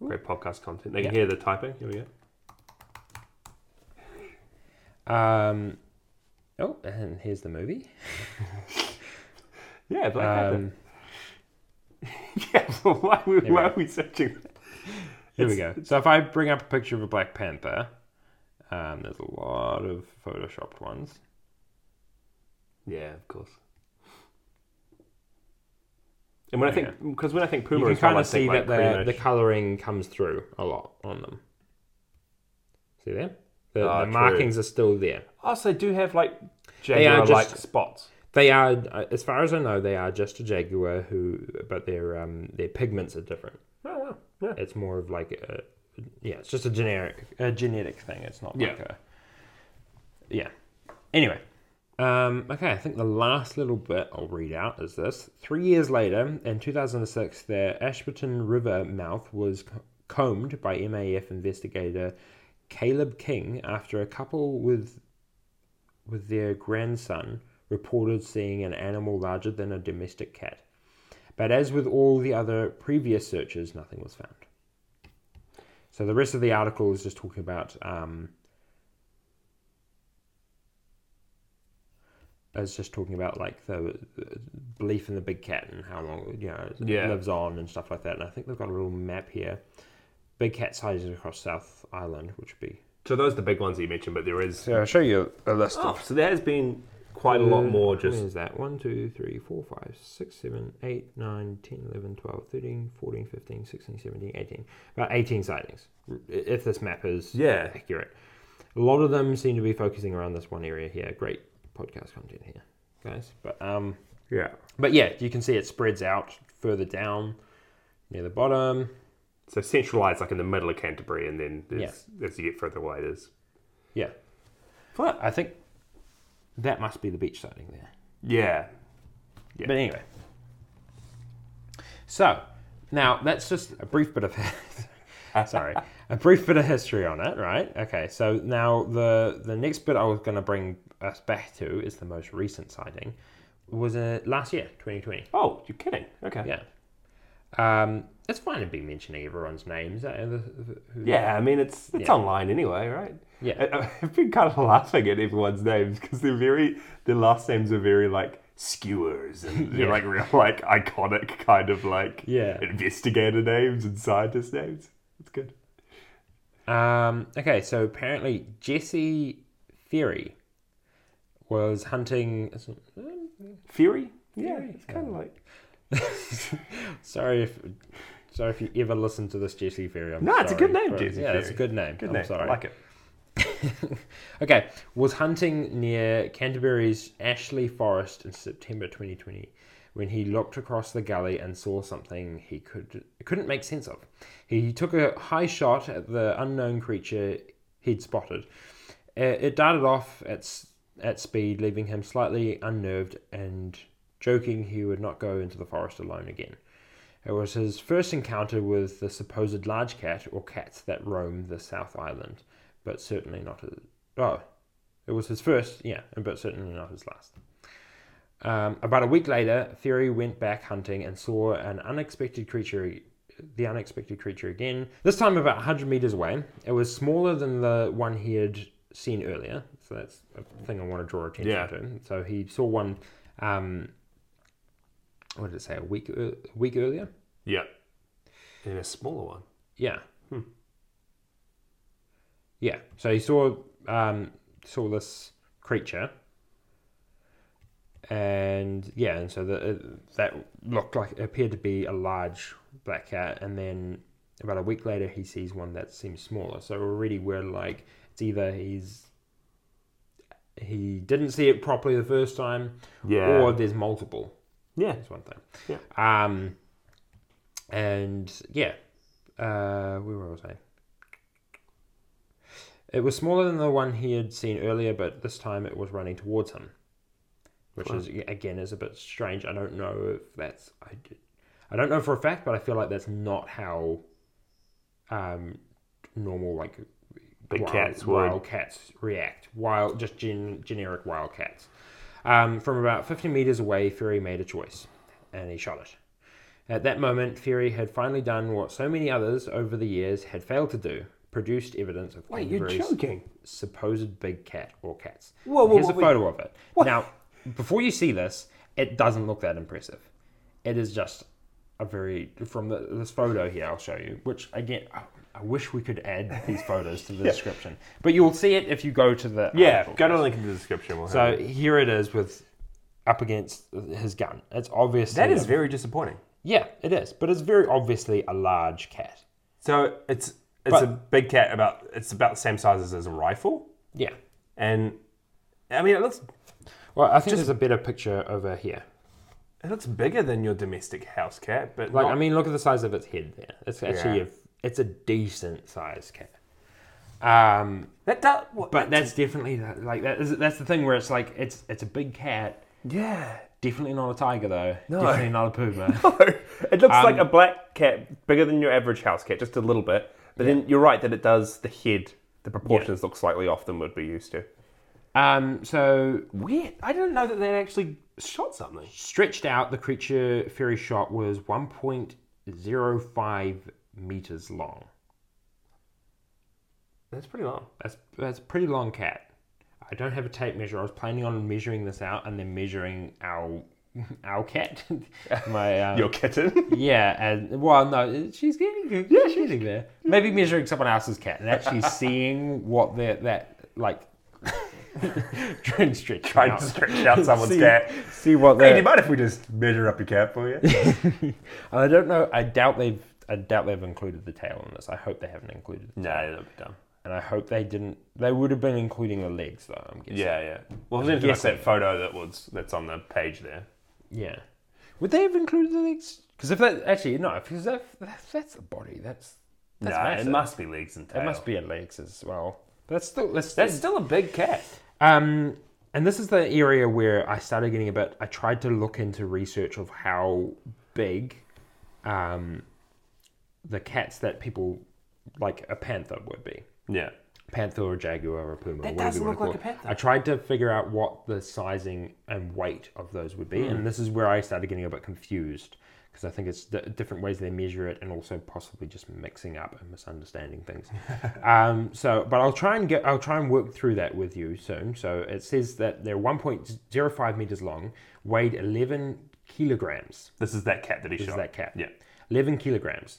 [SPEAKER 1] Great podcast content. They can hear the typing. Here we go.
[SPEAKER 2] Um, oh, and here's the movie.
[SPEAKER 1] Yeah, Black Panther.
[SPEAKER 2] Um,
[SPEAKER 1] Yeah, but why, were-
[SPEAKER 2] we
[SPEAKER 1] why
[SPEAKER 2] go.
[SPEAKER 1] are we searching?
[SPEAKER 2] here we go. So if I bring up a picture of a black panther, um, there's a lot of photoshopped ones.
[SPEAKER 1] Yeah, of course. And when I think, because when I think Puma,
[SPEAKER 2] you can
[SPEAKER 1] as well,
[SPEAKER 2] kind
[SPEAKER 1] I
[SPEAKER 2] of see
[SPEAKER 1] think, like,
[SPEAKER 2] that the,
[SPEAKER 1] greenish.
[SPEAKER 2] the coloring comes through a lot on them. See there? The,
[SPEAKER 1] Ah,
[SPEAKER 2] the
[SPEAKER 1] true.
[SPEAKER 2] markings are still there.
[SPEAKER 1] Also, Oh, do have like
[SPEAKER 2] are
[SPEAKER 1] jaguar like
[SPEAKER 2] just-
[SPEAKER 1] spots.
[SPEAKER 2] They are, uh, as far as I know, they are just a jaguar who, but their um, their pigments are different.
[SPEAKER 1] Oh, wow. Yeah.
[SPEAKER 2] It's more of like a, yeah, it's just a generic, a genetic thing. It's not like
[SPEAKER 1] Yeah.
[SPEAKER 2] a, yeah. Anyway, um, okay, I think the last little bit I'll read out is this. Three years later, in 2006, the Ashburton River mouth was c- combed by MAF investigator Caleb King after a couple with with their grandson reported seeing an animal larger than a domestic cat. But as with all the other previous searches, nothing was found. So the rest of the article is just talking about um, is just talking about like the, the belief in the big cat and how long you know it
[SPEAKER 1] Yeah.
[SPEAKER 2] lives on and stuff like that. And I think they've got a little map here. Big cat sizes across South Island, which would be.
[SPEAKER 1] So those are the big ones that you mentioned, but there is.
[SPEAKER 2] So I'll show you a list
[SPEAKER 1] Oh, so there has been quite a lot more. Just
[SPEAKER 2] Where's Mm, that? 1, 2, 3, 4, 5, 6, 7, 8, 9, 10, 11, 12, 13, 14, 15, 16, 17, 18. About 18 sightings, i- if this map is
[SPEAKER 1] yeah,
[SPEAKER 2] accurate. A lot of them seem to be focusing around this one area here. Great podcast content here, guys. But um,
[SPEAKER 1] yeah.
[SPEAKER 2] but yeah, you can see it spreads out further down near the bottom.
[SPEAKER 1] So centralized, like in the middle of Canterbury, and then there's, as you get further away, there's
[SPEAKER 2] Yeah,
[SPEAKER 1] What?
[SPEAKER 2] I think that must be the beach sighting there.
[SPEAKER 1] yeah, Yeah.
[SPEAKER 2] But anyway. So, now that's just a brief bit of sorry, a brief bit of history on it, right? Okay. So now the the next bit I was going to bring us back to is the most recent sighting was uh, last year, 2020.
[SPEAKER 1] Oh, you're kidding? Okay.
[SPEAKER 2] Yeah. Um, it's fine to be mentioning everyone's names. uh, the- who-
[SPEAKER 1] Yeah, I mean it's it's
[SPEAKER 2] Yeah.
[SPEAKER 1] online anyway, right?
[SPEAKER 2] Yeah.
[SPEAKER 1] I- I- I've been kind of laughing at everyone's names because they're very their last names are very like skewers and they're
[SPEAKER 2] Yeah.
[SPEAKER 1] like real like iconic kind of like
[SPEAKER 2] Yeah.
[SPEAKER 1] investigator names and scientist names. It's good.
[SPEAKER 2] Um, okay, so apparently Jesse Theory was hunting.
[SPEAKER 1] Fury. Yeah, it's kind
[SPEAKER 2] Oh.
[SPEAKER 1] of like
[SPEAKER 2] Sorry if sorry if you ever listen to this Jesse Ferry. I'm
[SPEAKER 1] No, it's a good
[SPEAKER 2] sorry
[SPEAKER 1] name,
[SPEAKER 2] for-
[SPEAKER 1] Jesse
[SPEAKER 2] Yeah, it's a
[SPEAKER 1] Ferry.
[SPEAKER 2] good name.
[SPEAKER 1] good
[SPEAKER 2] I'm
[SPEAKER 1] name.
[SPEAKER 2] sorry.
[SPEAKER 1] I like it.
[SPEAKER 2] Okay, was hunting near Canterbury's Ashley Forest in September 2020 when he looked across the gully and saw something he could couldn't make sense of. He took a high shot at the unknown creature he'd spotted. Uh, It darted off at s- at speed, leaving him slightly unnerved and joking he would not go into the forest alone again. It was his first encounter with the supposed large cat or cats that roam the South Island, but certainly not his. Oh, it was his first, yeah, but certainly not his last. Um, about a week later, Theory went back hunting and saw an unexpected creature, the unexpected creature again. This time about 100 meters away. It was smaller than the one he had seen earlier, so that's a thing I want to draw attention
[SPEAKER 1] Yeah.
[SPEAKER 2] to. So he saw one. Um, what did it say? A week, ear- a week earlier.
[SPEAKER 1] Yeah, and a smaller one.
[SPEAKER 2] Yeah. Hmm. Yeah. So he saw um, saw this creature, and yeah, and so the, it- that looked like it appeared to be a large black cat, and then about a week later he sees one that seems smaller. So already we're like, it's either he's he didn't see it properly the first time,
[SPEAKER 1] Yeah.
[SPEAKER 2] or there's multiple.
[SPEAKER 1] Yeah,
[SPEAKER 2] That's one thing. Yeah. Um, and yeah, uh, where was I? It was smaller than the one he had seen earlier, but this time it was running towards him. which is again is a bit strange. I don't know if that's I, d- I don't know for a fact, but I feel like that's not how um, normal like
[SPEAKER 1] Big
[SPEAKER 2] wild,
[SPEAKER 1] cats would.
[SPEAKER 2] wild cats react. Wild, just gen, generic wild cats. Um, from about 50 meters away, Fury made a choice, and he shot it. At that moment, Fury had finally done what so many others over the years had failed to do: produced evidence of
[SPEAKER 1] Wait, you're
[SPEAKER 2] Canterbury's
[SPEAKER 1] joking.
[SPEAKER 2] supposed big cat or cats.
[SPEAKER 1] Whoa, whoa,
[SPEAKER 2] Here's
[SPEAKER 1] whoa,
[SPEAKER 2] a
[SPEAKER 1] wait.
[SPEAKER 2] photo of it. Now, before you see this, it doesn't look that impressive. It is just a very from the, this photo here. I'll show you. Which again, I, I wish we could add these photos to the description, but you'll see it if you go to the
[SPEAKER 1] Yeah,
[SPEAKER 2] article.
[SPEAKER 1] go to the link in the description. We'll have
[SPEAKER 2] So
[SPEAKER 1] it.
[SPEAKER 2] here it is with up against his gun. It's obviously
[SPEAKER 1] that is very disappointing.
[SPEAKER 2] yeah, it is, but it's very obviously a large cat.
[SPEAKER 1] So it's it's
[SPEAKER 2] But-
[SPEAKER 1] a big cat about it's about the same size as a rifle,
[SPEAKER 2] Yeah.
[SPEAKER 1] and I mean it looks
[SPEAKER 2] Well, I think there's a better picture over here.
[SPEAKER 1] it looks bigger than your domestic house cat, but
[SPEAKER 2] Like,
[SPEAKER 1] not-
[SPEAKER 2] I mean, look at the size of its head there. It's actually
[SPEAKER 1] Yeah.
[SPEAKER 2] a, it's a decent sized cat. Um,
[SPEAKER 1] that does. What,
[SPEAKER 2] but that's definitely like that is that's the thing where it's like it's it's a big cat.
[SPEAKER 1] yeah,
[SPEAKER 2] Definitely not a tiger though. Definitely not a puma.
[SPEAKER 3] it looks
[SPEAKER 1] Um,
[SPEAKER 3] like a black cat, bigger than your average house cat, just a little bit. But then you're right that it does the head. The proportions look slightly off than would be used to.
[SPEAKER 2] um, so
[SPEAKER 1] weird. I didn't know that they actually shot something.
[SPEAKER 2] stretched out, the creature fairy shot was 1.05 meters long.
[SPEAKER 1] That's pretty long.
[SPEAKER 2] That's that's a pretty long cat. I don't have a tape measure. I was planning on measuring this out and then measuring our our cat, my
[SPEAKER 1] Uh,
[SPEAKER 2] um,
[SPEAKER 3] Your kitten.
[SPEAKER 2] Yeah, and well, no, she's getting good. Yeah, she's getting there. Maybe measuring someone else's cat and actually seeing what their that like. try and stretch try
[SPEAKER 3] to stretch out someone's cat.
[SPEAKER 2] See what
[SPEAKER 3] Hey, do
[SPEAKER 2] they.
[SPEAKER 3] you mind if we just measure up your cat for you?
[SPEAKER 2] I don't know. I doubt they've. I doubt they've included the tail in this. I hope they haven't included.
[SPEAKER 1] No, that'd be dumb.
[SPEAKER 2] And I hope they didn't. They would have been including the legs though. I'm guessing.
[SPEAKER 1] Yeah, yeah. Well, then guess that photo that was that's on the page there.
[SPEAKER 2] Yeah. Would they have included the legs? Because if that actually no, because if, if that's the body, that's that's
[SPEAKER 1] Nah,
[SPEAKER 2] massive.
[SPEAKER 1] it must be legs and tail.
[SPEAKER 2] It must be a legs as well. That's still that's,
[SPEAKER 1] That's still a big cat.
[SPEAKER 2] Um, and this is the area where I started getting a bit. I tried to look into research of how big um, the cats that people like a panther would be.
[SPEAKER 1] Yeah.
[SPEAKER 2] Panther or jaguar or puma. whatever you
[SPEAKER 1] doesn't
[SPEAKER 2] wanna
[SPEAKER 1] look like a
[SPEAKER 2] call it.
[SPEAKER 1] panther.
[SPEAKER 2] I tried to figure out what the sizing and weight of those would be,
[SPEAKER 1] Hmm.
[SPEAKER 2] and this is where I started getting a bit confused because I think it's d- different ways they measure it, and also possibly just mixing up and misunderstanding things. um, so, but I'll try and get I'll try and work through that with you soon. So it says that they're 1.05 meters long, weighed 11 kilograms.
[SPEAKER 1] This is that cat that he
[SPEAKER 2] Is
[SPEAKER 1] shot.
[SPEAKER 2] that cat?
[SPEAKER 1] Yeah.
[SPEAKER 2] 11 kilograms.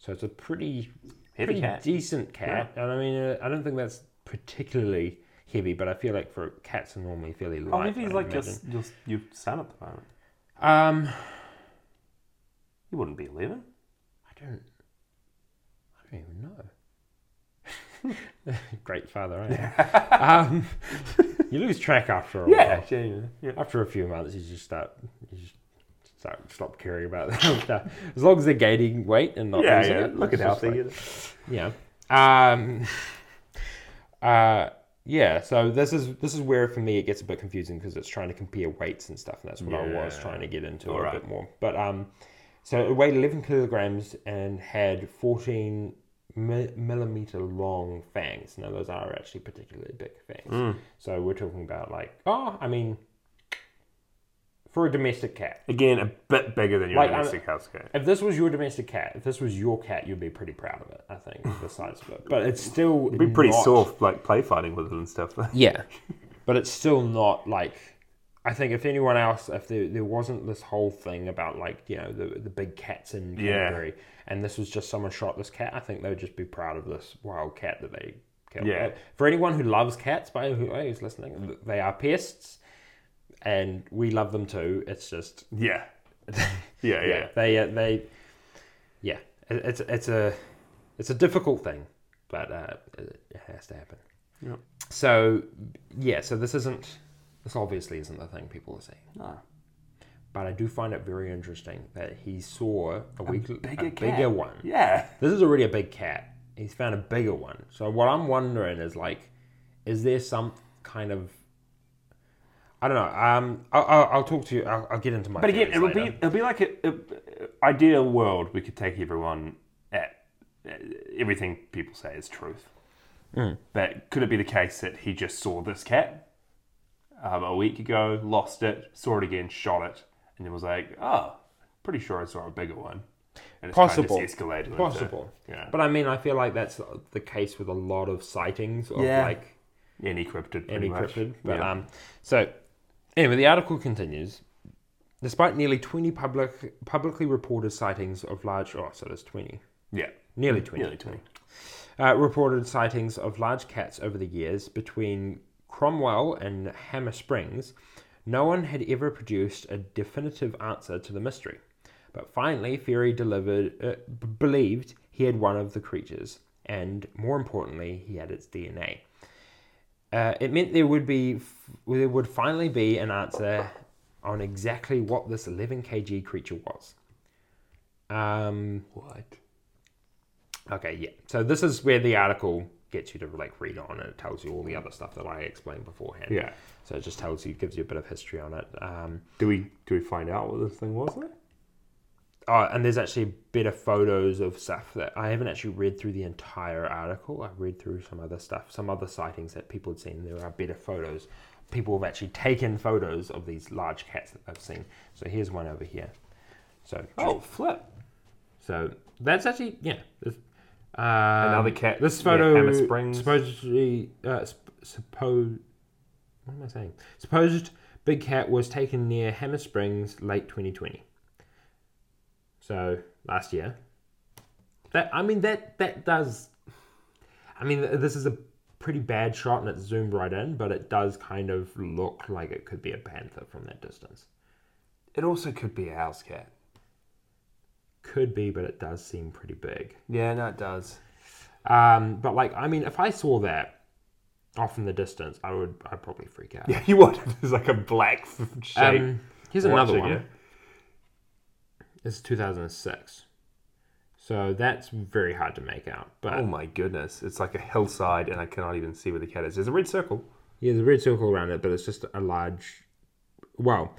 [SPEAKER 2] So it's a pretty
[SPEAKER 1] Heavy
[SPEAKER 2] pretty
[SPEAKER 1] cat.
[SPEAKER 2] decent cat. And I mean, uh, I don't think that's particularly heavy, but I feel like for cats are normally fairly light.
[SPEAKER 1] Oh, maybe
[SPEAKER 2] I
[SPEAKER 1] he's like your,
[SPEAKER 2] imagine.
[SPEAKER 1] your, your son at the moment.
[SPEAKER 2] Um,
[SPEAKER 1] He wouldn't be 11.
[SPEAKER 2] I don't. I don't even know. Great father, aren't you? um, you lose track after a while.
[SPEAKER 1] Oh, yeah, yeah.
[SPEAKER 2] After a few months, you just start. You just start stop caring about that. as long as they're gaining weight and not
[SPEAKER 1] Yeah,
[SPEAKER 2] losing
[SPEAKER 1] yeah.
[SPEAKER 2] it.
[SPEAKER 1] Look at
[SPEAKER 2] it's just
[SPEAKER 1] Alfie.
[SPEAKER 2] like- Yeah. Um, uh, yeah. So this is this is where for me it gets a bit confusing because it's trying to compare weights and stuff, and that's what I was
[SPEAKER 1] Yeah.
[SPEAKER 2] trying to get into
[SPEAKER 1] All
[SPEAKER 2] a
[SPEAKER 1] right.
[SPEAKER 2] bit more. But um, so it weighed eleven kilograms and had fourteen mi- millimeter long fangs. Now those are actually particularly big fangs.
[SPEAKER 1] Mm.
[SPEAKER 2] So we're talking about like oh, I mean, for a domestic cat.
[SPEAKER 1] Again, a bit bigger than your
[SPEAKER 2] Like,
[SPEAKER 1] domestic house cat.
[SPEAKER 2] If this was your domestic cat, if this was your cat, you'd be pretty proud of it. I think the size of it, but it's still
[SPEAKER 1] It'd be pretty
[SPEAKER 2] not-
[SPEAKER 1] soft, like play fighting with it and stuff.
[SPEAKER 2] Yeah, but it's still not like. I think if anyone else, if there, there wasn't this whole thing about like you know the the big cats in
[SPEAKER 1] Yeah.
[SPEAKER 2] Canterbury, and this was just someone shot this cat, I think they would just be proud of this wild cat that they killed. Uh,
[SPEAKER 1] Yeah.
[SPEAKER 2] For anyone who loves cats, by the way, who's listening, they are pests, and we love them too. It's just
[SPEAKER 1] yeah. Yeah, yeah.
[SPEAKER 2] yeah, they uh, they yeah, It- it's it's a it's a difficult thing, but uh, it it has to happen.
[SPEAKER 1] Yep.
[SPEAKER 2] So yeah, so this isn't this obviously isn't the thing people are saying,
[SPEAKER 1] No.
[SPEAKER 2] but I do find it very interesting that he saw a, week,
[SPEAKER 1] bigger
[SPEAKER 2] a
[SPEAKER 1] cat.
[SPEAKER 2] bigger one.
[SPEAKER 1] Yeah.
[SPEAKER 2] This is already a big cat. He's found a bigger one. So what I'm wondering is like, is there some kind of I don't know. Um, I'll, I'll, I'll talk to you. I'll, I'll get into my.
[SPEAKER 1] But again,
[SPEAKER 2] theories
[SPEAKER 1] it would be
[SPEAKER 2] later.
[SPEAKER 1] it'll be like a, a- ideal world. We could take everyone at at everything people say is truth.
[SPEAKER 2] Mm.
[SPEAKER 1] But could it be the case that he just saw this cat um, a week ago, lost it, saw it again, shot it, and then was like, "Oh, pretty sure I saw a bigger one." And it's
[SPEAKER 2] Possible.
[SPEAKER 1] Kind of just escalated into-
[SPEAKER 2] possible.
[SPEAKER 1] yeah.
[SPEAKER 2] But I mean, I feel like that's the case with a lot of sightings of
[SPEAKER 1] Yeah.
[SPEAKER 2] like
[SPEAKER 1] any cryptid, pretty
[SPEAKER 2] any
[SPEAKER 1] much.
[SPEAKER 2] cryptid. But
[SPEAKER 1] yeah.
[SPEAKER 2] um, so anyway, the article continues. Despite nearly 20 public publicly reported sightings of large, oh, so there's 20,
[SPEAKER 1] yeah,
[SPEAKER 2] nearly 20,
[SPEAKER 1] nearly twenty.
[SPEAKER 2] Uh, reported sightings of large cats over the years between Cromwell and Hammer Springs, no one had ever produced a definitive answer to the mystery. But finally, Ferry delivered, uh, b- believed he had one of the creatures, and more importantly, he had its DNA. Uh, it meant there would be, there would finally be an answer on exactly what this 11 kg creature was. Um,
[SPEAKER 1] What?
[SPEAKER 2] Okay, yeah. So this is where the article gets you to like read on, and it tells you all the other stuff that I explained beforehand.
[SPEAKER 1] Yeah.
[SPEAKER 2] So it just tells you, gives you a bit of history on it. Um,
[SPEAKER 1] Do we do we find out what this thing was? Though?
[SPEAKER 2] oh, and there's actually better photos of stuff that I haven't actually read through the entire article. I read through some other stuff, some other sightings that people had seen. There are better photos. People have actually taken photos of these large cats that they've seen. So here's one over here. So
[SPEAKER 1] Oh, flip!
[SPEAKER 2] So that's actually yeah. this- um,
[SPEAKER 1] Another cat-
[SPEAKER 2] This
[SPEAKER 1] yeah,
[SPEAKER 2] photo
[SPEAKER 1] Hammer Springs.
[SPEAKER 2] supposedly uh, supposed. What am I saying? Supposed big cat was taken near Hammer Springs late 2020. So last year. That I mean that that does. I mean th- this is a pretty bad shot and it's zoomed right in, but it does kind of look like it could be a panther from that distance.
[SPEAKER 1] It also could be a house cat.
[SPEAKER 2] Could be, but it does seem pretty big.
[SPEAKER 1] Yeah, no, it does.
[SPEAKER 2] Um, but like, I mean, if I saw that off in the distance, I would, I'd probably freak out.
[SPEAKER 1] Yeah, you would. There's like a black f- shape.
[SPEAKER 2] Um, here's another
[SPEAKER 1] watching
[SPEAKER 2] one.
[SPEAKER 1] it.
[SPEAKER 2] It's 2006, so that's very hard to make out. But
[SPEAKER 1] oh my goodness! It's like a hillside, and I cannot even see where the cat is. There's a red circle.
[SPEAKER 2] yeah, there's a red circle around it, but it's just a large. Well,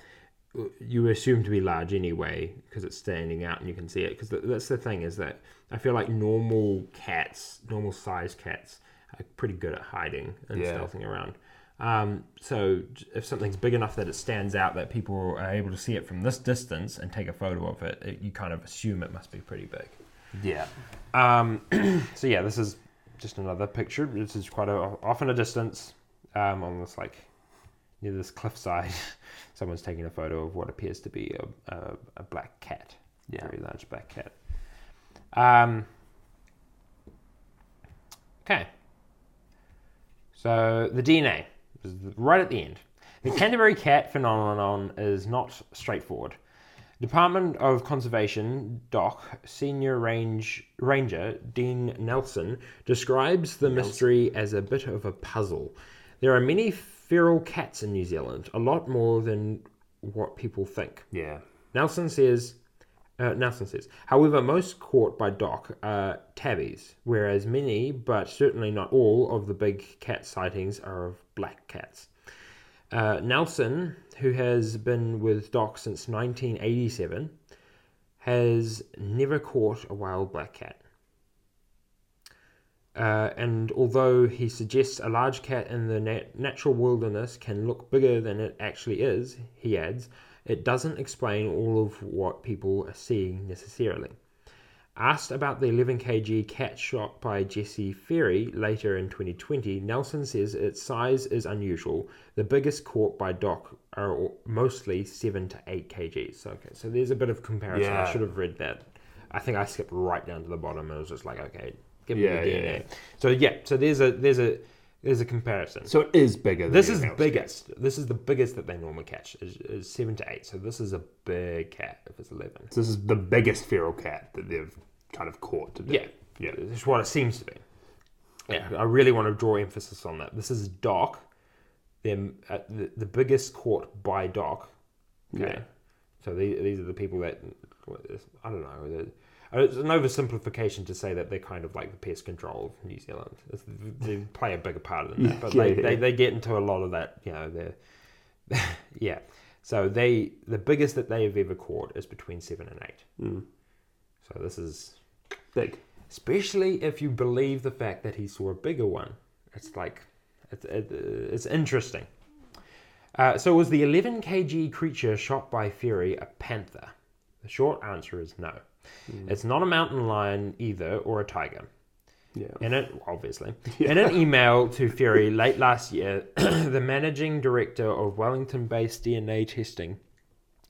[SPEAKER 2] you assume to be large anyway because it's standing out and you can see it. Because that's the thing is that I feel like normal cats, normal sized cats, are pretty good at hiding and
[SPEAKER 1] Yeah.
[SPEAKER 2] stealthing around. Um, so j- if something's big enough that it stands out that people are able to see it from this distance and take a photo of it, it you kind of assume it must be pretty big.
[SPEAKER 1] Yeah.
[SPEAKER 2] Um, so yeah, this is just another picture. This is quite a, off in a distance um, on this like near this cliffside. Someone's taking a photo of what appears to be a, a, a black cat,
[SPEAKER 1] Yeah.
[SPEAKER 2] very large black cat. Um, okay, so the DNA is right at the end. The Canterbury cat phenomenon is not straightforward. Department of Conservation DOC Senior Range Ranger Dean Nelson describes the mystery as a bit of a puzzle. There are many feral cats in New Zealand, a lot more than what people think.
[SPEAKER 1] Yeah.
[SPEAKER 2] Nelson says, uh, Nelson says, however, most caught by Doc are tabbies, whereas many, but certainly not all, of the big cat sightings are of black cats. Uh, Nelson, who has been with Doc since 1987, has never caught a wild black cat. Uh, and although he suggests a large cat in the nat- natural wilderness can look bigger than it actually is, he adds, it doesn't explain all of what people are seeing necessarily. Asked about the 11 kg cat shot by Jesse Ferry later in 2020, Nelson says its size is unusual. The biggest caught by Doc are all- mostly 7 to 8 kgs. So, okay, so there's a bit of comparison. I
[SPEAKER 1] Yeah.
[SPEAKER 2] should have read that. I think I skipped right down to the bottom and was just like, okay, give me
[SPEAKER 1] Yeah,
[SPEAKER 2] the
[SPEAKER 1] yeah,
[SPEAKER 2] DNA. So yeah, so there's a there's a there's a comparison.
[SPEAKER 1] So it is bigger. Than
[SPEAKER 2] this
[SPEAKER 1] the
[SPEAKER 2] is
[SPEAKER 1] house.
[SPEAKER 2] biggest. This is the biggest that they normally catch is, is seven to eight. So this is a big cat if it's eleven.
[SPEAKER 1] So this is the biggest feral cat that they've kind of caught today.
[SPEAKER 2] Yeah.
[SPEAKER 1] Yeah.
[SPEAKER 2] This is what it seems to be. Yeah, I really want to draw emphasis on that. This is Doc, them uh, the, the biggest caught by Doc. Okay.
[SPEAKER 1] Yeah.
[SPEAKER 2] So these, these are the people that I don't know. the- uh, It's an oversimplification to say that they're kind of like the pest control of New Zealand. It's, they play a bigger part of that, but
[SPEAKER 1] Yeah,
[SPEAKER 2] they,
[SPEAKER 1] yeah.
[SPEAKER 2] They, they get into a lot of that. You know, they're yeah. So they the biggest that they have ever caught is between seven and eight.
[SPEAKER 1] Hmm.
[SPEAKER 2] So this is
[SPEAKER 1] Big.
[SPEAKER 2] especially if you believe the fact that he saw a bigger one. It's like, it's, it- it's interesting. Uh, so, was the 11 kg creature shot by Fury a panther? The short answer is no. It's not a mountain lion either, or a tiger.
[SPEAKER 1] Yeah.
[SPEAKER 2] In it, obviously. In an email to Fury late last year, the managing director of Wellington-based DNA testing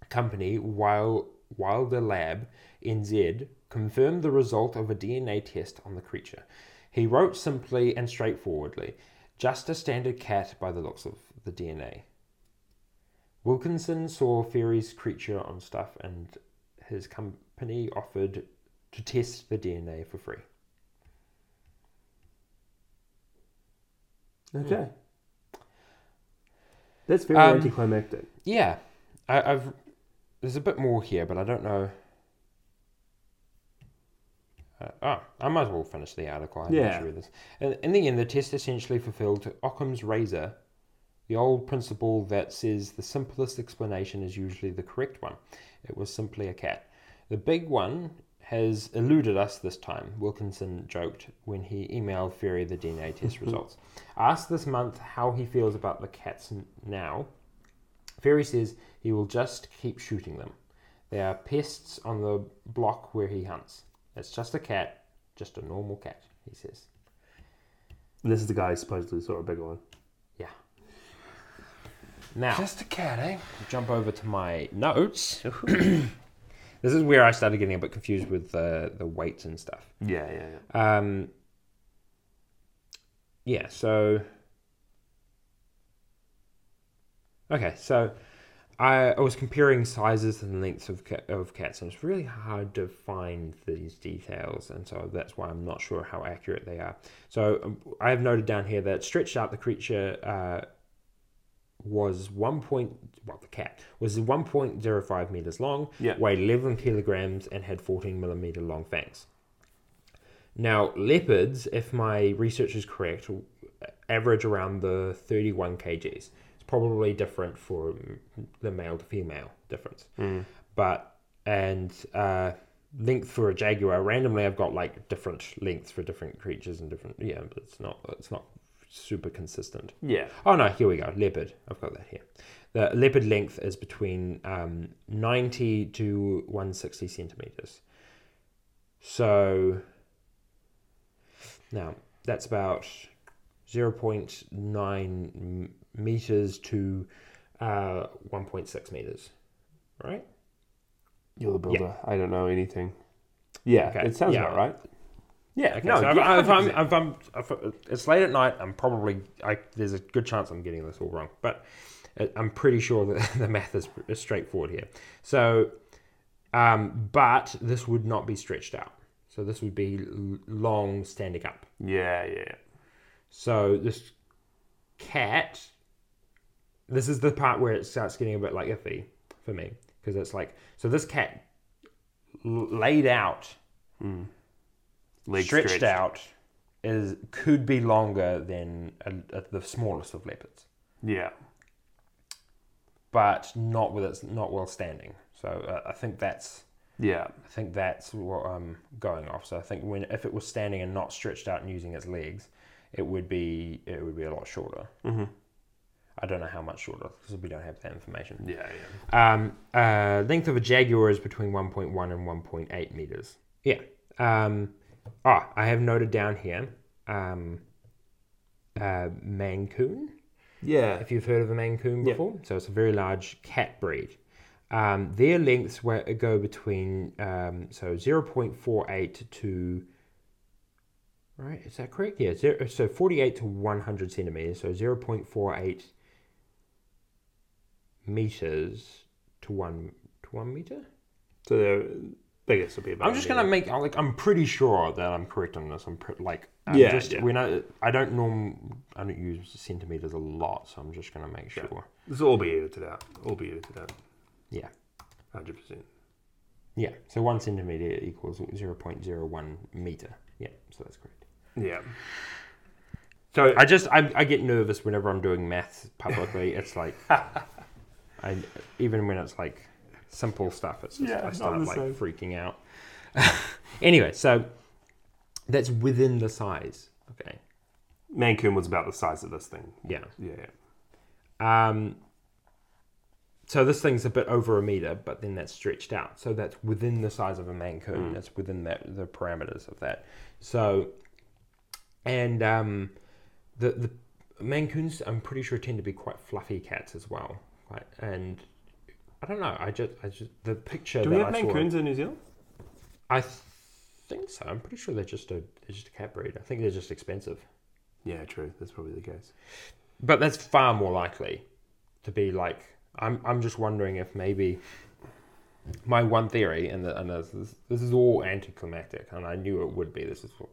[SPEAKER 2] company Wil- Wilder Lab NZ confirmed the result of a DNA test on the creature. He wrote simply and straightforwardly, "Just a standard cat by the looks of the DNA." Wilkinson saw Fury's creature on stuff, and his company offered to test the DNA for free.
[SPEAKER 1] Okay. That's very
[SPEAKER 2] Um,
[SPEAKER 1] anticlimactic.
[SPEAKER 2] Yeah, I, I've there's a bit more here, but I don't know. Uh, oh, I might as well finish the article. I'm
[SPEAKER 1] Yeah.
[SPEAKER 2] not sure of this. In, in the end, the test essentially fulfilled Occam's razor, the old principle that says the simplest explanation is usually the correct one. It was simply a cat. The big one has eluded us this time, Wilkinson joked when he emailed Ferry the DNA test results. Asked this month how he feels about the cats n- now, Ferry says he will just keep shooting them. They are pests on the block where he hunts. It's just a cat, just a normal cat, he says.
[SPEAKER 1] And this is the guy who supposedly saw a bigger one.
[SPEAKER 2] Yeah. Now,
[SPEAKER 1] Just a cat, eh?
[SPEAKER 2] jump over to my notes. this is where I started getting a bit confused with the, the weights and stuff.
[SPEAKER 1] Yeah, yeah, yeah.
[SPEAKER 2] Um, yeah, so. Okay, so I, I was comparing sizes and lengths of, ca- of cats, and it's really hard to find these details, and so that's why I'm not sure how accurate they are. So um, I have noted down here that stretched out the creature uh, was one point, well, the cat was 1.05 meters long,
[SPEAKER 1] Yeah.
[SPEAKER 2] weighed 11 kilograms, and had 14 millimeter long fangs. Now, leopards, if my research is correct, average around the 31 kgs. It's probably different for mm, the male to female difference. But, and uh, length for a jaguar, randomly I've got like different lengths for different creatures and different, yeah, but it's not, it's not super consistent.
[SPEAKER 1] Yeah.
[SPEAKER 2] Oh no, here we go. Leopard. I've got that here. The leopard length is between um, 90 to 160 centimeters. So now that's about 0.9 m- meters to uh, 1.6 meters, right?
[SPEAKER 1] You're the builder. I don't know anything. Yeah,
[SPEAKER 2] Okay,
[SPEAKER 1] it sounds
[SPEAKER 2] yeah.
[SPEAKER 1] about right. Yeah,
[SPEAKER 2] Okay,
[SPEAKER 1] no,
[SPEAKER 2] so if,
[SPEAKER 1] yeah,
[SPEAKER 2] I, if, I'm,
[SPEAKER 1] 100%.
[SPEAKER 2] if, I'm, if I- it's late at night, I'm probably I, there's a good chance I'm getting this all wrong, but I- I'm pretty sure that the math is, is straightforward here. So, um, but this would not be stretched out. So this would be l- long standing up.
[SPEAKER 1] yeah, yeah.
[SPEAKER 2] So this cat, this is the part where it starts getting a bit like iffy for me because it's like so this cat l- laid out
[SPEAKER 1] Leg
[SPEAKER 2] stretched, out is could be longer than a, a, the smallest of leopards,
[SPEAKER 1] Yeah.
[SPEAKER 2] but not with its not well standing. So uh, I think that's
[SPEAKER 1] Yeah.
[SPEAKER 2] I think that's what I'm going off. So I think when if it was standing and not stretched out and using its legs, it would be it would be a lot shorter. Mm-hmm. I don't know how much shorter because we don't have that information.
[SPEAKER 1] Yeah,
[SPEAKER 2] Um, uh, length of a jaguar is between 1.1 and 1.8 meters. Yeah. Um, ah, I have noted down here um, uh, Mancoon,
[SPEAKER 1] yeah.
[SPEAKER 2] if you've heard of a Mancoon before. So it's a very large cat breed. Um, their lengths were, go between um, so 0.48 to right is that correct yeah zero, so 48 to 100 centimeters so 0.48 meters to one to one meter
[SPEAKER 1] So the biggest would be about.
[SPEAKER 2] I'm just
[SPEAKER 1] there.
[SPEAKER 2] gonna make I- like I'm pretty sure that I'm correct on this. I'm pre- like I'm
[SPEAKER 1] Yeah,
[SPEAKER 2] just
[SPEAKER 1] yeah.
[SPEAKER 2] when I I don't norm I don't use centimeters a lot, so I'm just gonna make sure.
[SPEAKER 1] This will all be edited out. All be edited out.
[SPEAKER 2] Yeah,
[SPEAKER 1] Hundred percent.
[SPEAKER 2] yeah. So one centimeter equals zero point zero one meter. Yeah, so that's correct.
[SPEAKER 1] Yeah. So
[SPEAKER 2] I just I, I get nervous whenever I'm doing math publicly. It's like I even when it's like simple stuff, it's just,
[SPEAKER 1] Yeah,
[SPEAKER 2] I
[SPEAKER 1] I'm
[SPEAKER 2] start
[SPEAKER 1] the
[SPEAKER 2] like
[SPEAKER 1] same.
[SPEAKER 2] freaking out. anyway, so that's within the size. Okay.
[SPEAKER 1] Mancoon was about the size of this thing.
[SPEAKER 2] Yeah.
[SPEAKER 1] Yeah, yeah.
[SPEAKER 2] Um, so this thing's a bit over a meter, but then that's stretched out. So that's within the size of a
[SPEAKER 1] Mm.
[SPEAKER 2] mancoon. That's within that the parameters of that. So, and um, the the mancoons, I'm pretty sure, tend to be quite fluffy cats as well. Right? And I don't know. I just I just the picture.
[SPEAKER 1] Do
[SPEAKER 2] that
[SPEAKER 1] we have
[SPEAKER 2] I saw-
[SPEAKER 1] Mancoons in New Zealand?
[SPEAKER 2] I th- think so. I'm pretty sure they're just a they're just a cat breed. I think they're just expensive.
[SPEAKER 1] Yeah, true. That's probably the case.
[SPEAKER 2] But that's far more likely to be like I'm. I'm just wondering if maybe my one theory, and, the, and this, is, this is all anticlimactic, and I knew it would be. This is, what-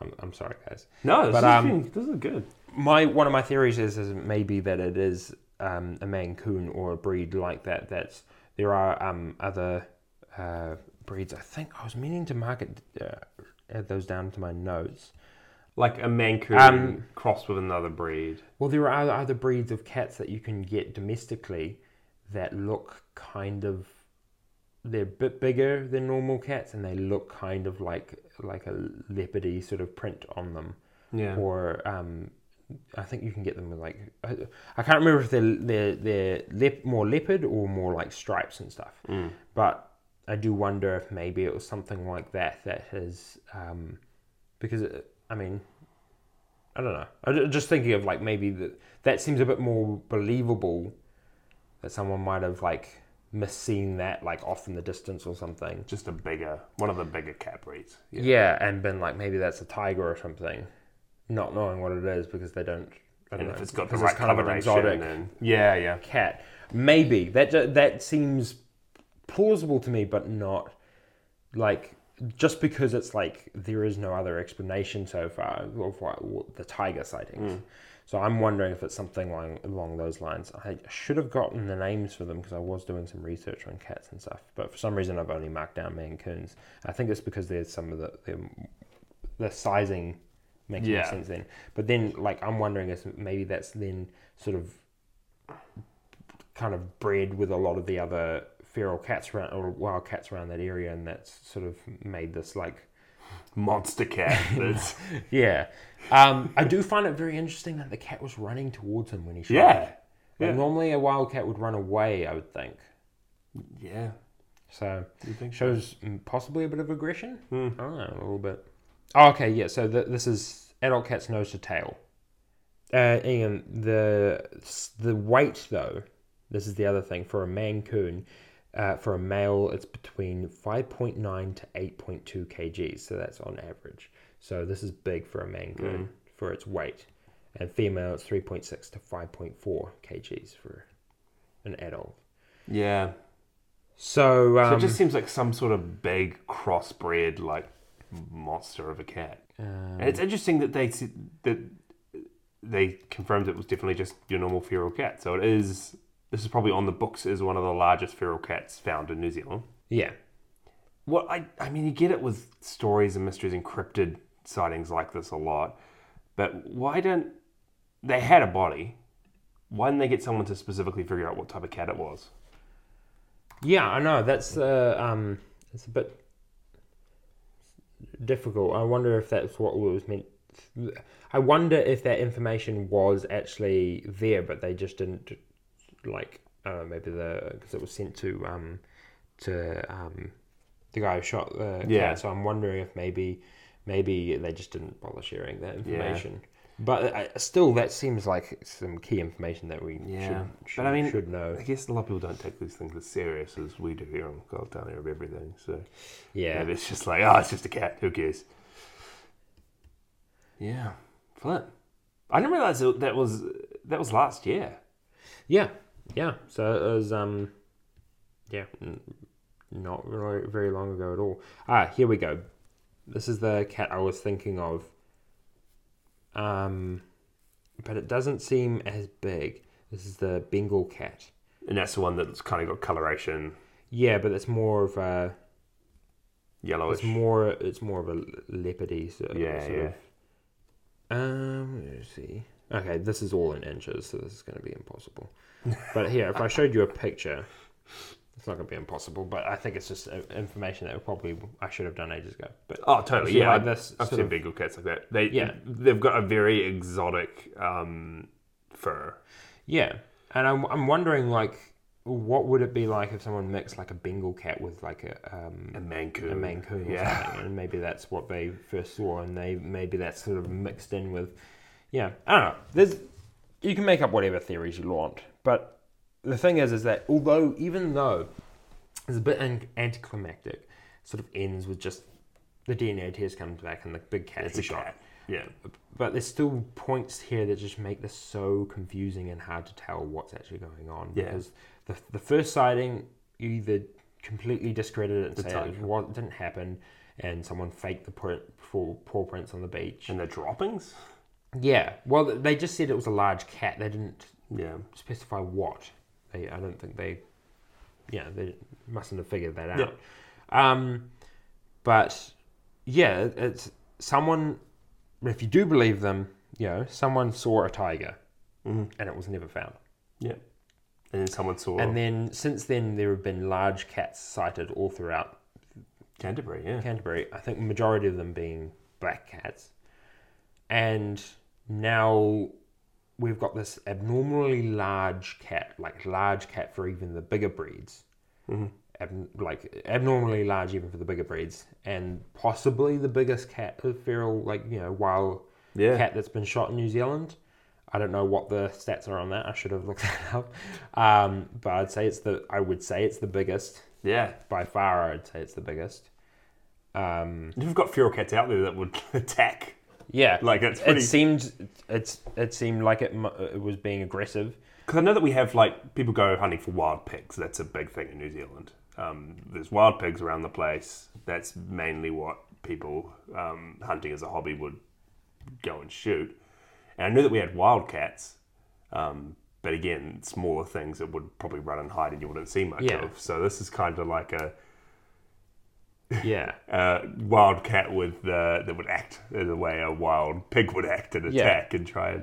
[SPEAKER 2] I'm, I'm sorry, guys.
[SPEAKER 1] No, this,
[SPEAKER 2] But,
[SPEAKER 1] is,
[SPEAKER 2] um,
[SPEAKER 1] been- this is good.
[SPEAKER 2] My one of my theories is, is maybe that it is um, a mancoon or a breed like that. That's there are um, other uh, breeds. I think I was meaning to mark it, uh, add those down to my notes.
[SPEAKER 1] Like a Mancoon
[SPEAKER 2] Um,
[SPEAKER 1] crossed with another breed.
[SPEAKER 2] Well, there are other breeds of cats that you can get domestically that look kind of they're a bit bigger than normal cats and they look kind of like like a leopardy sort of print on them
[SPEAKER 1] Yeah.
[SPEAKER 2] or um I think you can get them with like I, I can't remember if they're they're they're lep- more leopard or more like stripes and stuff. But I do wonder if maybe it was something like that that has um, because it, I mean I don't know. I ju- just thinking of like maybe that that seems a bit more believable that someone might have like misseen that like off in the distance or something.
[SPEAKER 1] Just a bigger, one of the bigger cat breeds.
[SPEAKER 2] Yeah. and been like maybe that's a tiger or something, not knowing what it is because they don't. I don't
[SPEAKER 1] And
[SPEAKER 2] know,
[SPEAKER 1] if it's got the
[SPEAKER 2] 'cause
[SPEAKER 1] right
[SPEAKER 2] kind of an
[SPEAKER 1] coloration.
[SPEAKER 2] exotic
[SPEAKER 1] and, yeah, yeah.
[SPEAKER 2] cat. Maybe that ju- that seems plausible to me, but not like just because it's like there is no other explanation so far of what, what the tiger sightings. So I'm wondering if it's something along, along those lines. I should have gotten the names for them because I was doing some research on cats and stuff, but for some reason I've only marked down mancoons. I think it's because there's some of the the, the sizing makes more
[SPEAKER 1] Yeah.
[SPEAKER 2] sense then. But then like I'm wondering if maybe that's then sort of kind of bred with a lot of the other feral cats around or wild cats around that area, and that's sort of made this like
[SPEAKER 1] Monster cat. That's,
[SPEAKER 2] yeah. Um, I do find it very interesting that the cat was running towards him when he shot.
[SPEAKER 1] Yeah.
[SPEAKER 2] him. Like,
[SPEAKER 1] Yeah.
[SPEAKER 2] normally a wild cat would run away, I would think.
[SPEAKER 1] yeah.
[SPEAKER 2] So
[SPEAKER 1] You think
[SPEAKER 2] shows mm, possibly a bit of aggression. I don't know, a little bit. Oh, okay, yeah. So th- this is adult cat's nose to tail. Uh, Ian, the the weight though, this is the other thing for a mancoon. Uh, for a male, it's between 5.9 to 8.2 kgs, so that's on average. So this is big for a mancoon for its weight, and female it's 3.6 to 5.4 kgs for an adult.
[SPEAKER 1] Yeah.
[SPEAKER 2] So, um,
[SPEAKER 1] So it just seems like some sort of big crossbred like monster of a cat. And it's interesting that they s- that they confirmed it was definitely just your normal feral cat. So it is. This is probably on the books as one of the largest feral cats found in New Zealand.
[SPEAKER 2] yeah,
[SPEAKER 1] Well, I I mean you get it with stories and mysteries and cryptid sightings like this a lot, but why don't they had a body? Why didn't they get someone to specifically figure out what type of cat it was?
[SPEAKER 2] Yeah, I know. That's uh, um, it's a bit difficult. I wonder if that's what was meant. I wonder if that information was actually there, but they just didn't like. I don't know. Maybe the because it was sent to um to um the guy who shot the
[SPEAKER 1] Yeah.
[SPEAKER 2] cat. So I'm wondering if maybe maybe they just didn't bother sharing that information. But I, still, that seems like some key information that we
[SPEAKER 1] Yeah,
[SPEAKER 2] should, should,
[SPEAKER 1] but I mean,
[SPEAKER 2] should know.
[SPEAKER 1] I guess a lot of people don't take these things as serious as we do here on Gold Down Arab Everything. So
[SPEAKER 2] Yeah.
[SPEAKER 1] maybe it's just like, oh, it's just a cat. Who cares? Yeah, Flint. I didn't realize that that was that was last year.
[SPEAKER 2] Yeah, yeah. So it was, um, yeah, n- not really, very long ago at all. Ah, here we go. This is the cat I was thinking of. Um, but it doesn't seem as big. This is the Bengal cat.
[SPEAKER 1] And that's the one that's kind of got coloration,
[SPEAKER 2] Yeah, but it's more of a.
[SPEAKER 1] yellowish.
[SPEAKER 2] It's more. It's more of a leopardy uh, sort of,
[SPEAKER 1] Yeah,
[SPEAKER 2] sort
[SPEAKER 1] yeah.
[SPEAKER 2] of Um, let's see. Okay, this is all in inches, so this is going to be impossible. But here, if I showed you a picture, it's not going to be impossible. But I think it's just uh, information that probably I should have done ages ago. But
[SPEAKER 1] Oh, totally.
[SPEAKER 2] So
[SPEAKER 1] Yeah,
[SPEAKER 2] like
[SPEAKER 1] I-
[SPEAKER 2] this
[SPEAKER 1] I've
[SPEAKER 2] sort
[SPEAKER 1] seen
[SPEAKER 2] of-
[SPEAKER 1] Bengal cats like that. They
[SPEAKER 2] Yeah.
[SPEAKER 1] they've got a very exotic um, fur.
[SPEAKER 2] yeah, and I'm I'm wondering like, what would it be like if someone mixed like a Bengal cat with like a um,
[SPEAKER 1] A mancoon.
[SPEAKER 2] a Maine Coon or
[SPEAKER 1] Yeah.
[SPEAKER 2] something, and maybe that's what they first saw, and they maybe that's sort of mixed in with, yeah, I don't know. There's you can make up whatever theories you want, but the thing is, is that although even though it's a bit an- anticlimactic, sort of ends with just the DNA test comes back and the big cat
[SPEAKER 1] It's
[SPEAKER 2] is
[SPEAKER 1] a
[SPEAKER 2] shot.
[SPEAKER 1] cat. Yeah.
[SPEAKER 2] But there's still points here that just make this so confusing and hard to tell what's actually going on.
[SPEAKER 1] Yeah.
[SPEAKER 2] Because the, the first sighting, you either completely discredit it and say it
[SPEAKER 1] tug.
[SPEAKER 2] wa- didn't happen, and someone faked the print, paw, paw prints on the beach.
[SPEAKER 1] And the droppings.
[SPEAKER 2] Yeah. Well, th- they just said it was a large cat. They didn't
[SPEAKER 1] Yeah.
[SPEAKER 2] specify what. They, I don't think they, yeah, they mustn't have figured that out.
[SPEAKER 1] Yeah.
[SPEAKER 2] Um, but yeah, it- it's someone. If you do believe them, you know, someone saw a tiger, and it was never found.
[SPEAKER 1] Yeah. And then someone saw
[SPEAKER 2] And then since then, there have been large cats sighted all throughout
[SPEAKER 1] Canterbury. Yeah.
[SPEAKER 2] Canterbury. I think majority of them being black cats, and now we've got this abnormally large cat, like large cat for even the bigger breeds, Ab- like abnormally large even for the bigger breeds, and possibly the biggest cat of feral, like you know, wild
[SPEAKER 1] Yeah.
[SPEAKER 2] cat that's been shot in New Zealand. I don't know what the stats are on that. I should have looked that up, um, but I'd say it's the I would say it's the biggest
[SPEAKER 1] Yeah.
[SPEAKER 2] by far. I'd say it's the biggest. Um,
[SPEAKER 1] You've got feral cats out there that would attack.
[SPEAKER 2] yeah,
[SPEAKER 1] Like, it's pretty-
[SPEAKER 2] It seemed it's it seemed like it mu- it was being aggressive.
[SPEAKER 1] Because I know that we have like people go hunting for wild pigs. That's a big thing in New Zealand. Um, there's wild pigs around the place. That's mainly what people um, hunting as a hobby would go and shoot. And I knew that we had wild cats, um, but again, smaller things that would probably run and hide, and you wouldn't see much
[SPEAKER 2] Yeah.
[SPEAKER 1] of. So this is kind of like a,
[SPEAKER 2] Yeah.
[SPEAKER 1] a wild cat with uh, that would act the way a wild pig would act and
[SPEAKER 2] Yeah.
[SPEAKER 1] attack and try and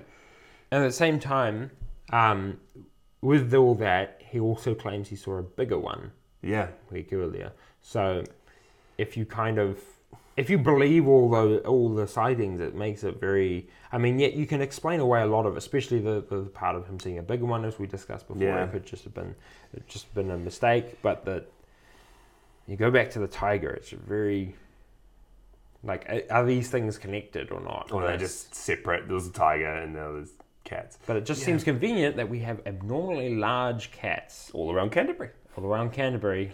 [SPEAKER 2] And at the same time, um, with all that, he also claims he saw a bigger one
[SPEAKER 1] yeah,
[SPEAKER 2] a week earlier. So, if you kind of if you believe all the all the sightings, it makes it very. I mean, yet you can explain away a lot of, especially the, the part of him seeing a bigger one, as we discussed before.
[SPEAKER 1] Yeah.
[SPEAKER 2] It could just have been it just been a mistake, but the you go back to the tiger. It's very like a- are these things connected or not?
[SPEAKER 1] or they
[SPEAKER 2] It's-
[SPEAKER 1] just separate. There was a tiger and now there's cats.
[SPEAKER 2] But it just seems convenient that we have abnormally large cats
[SPEAKER 1] all around Canterbury.
[SPEAKER 2] all around Canterbury,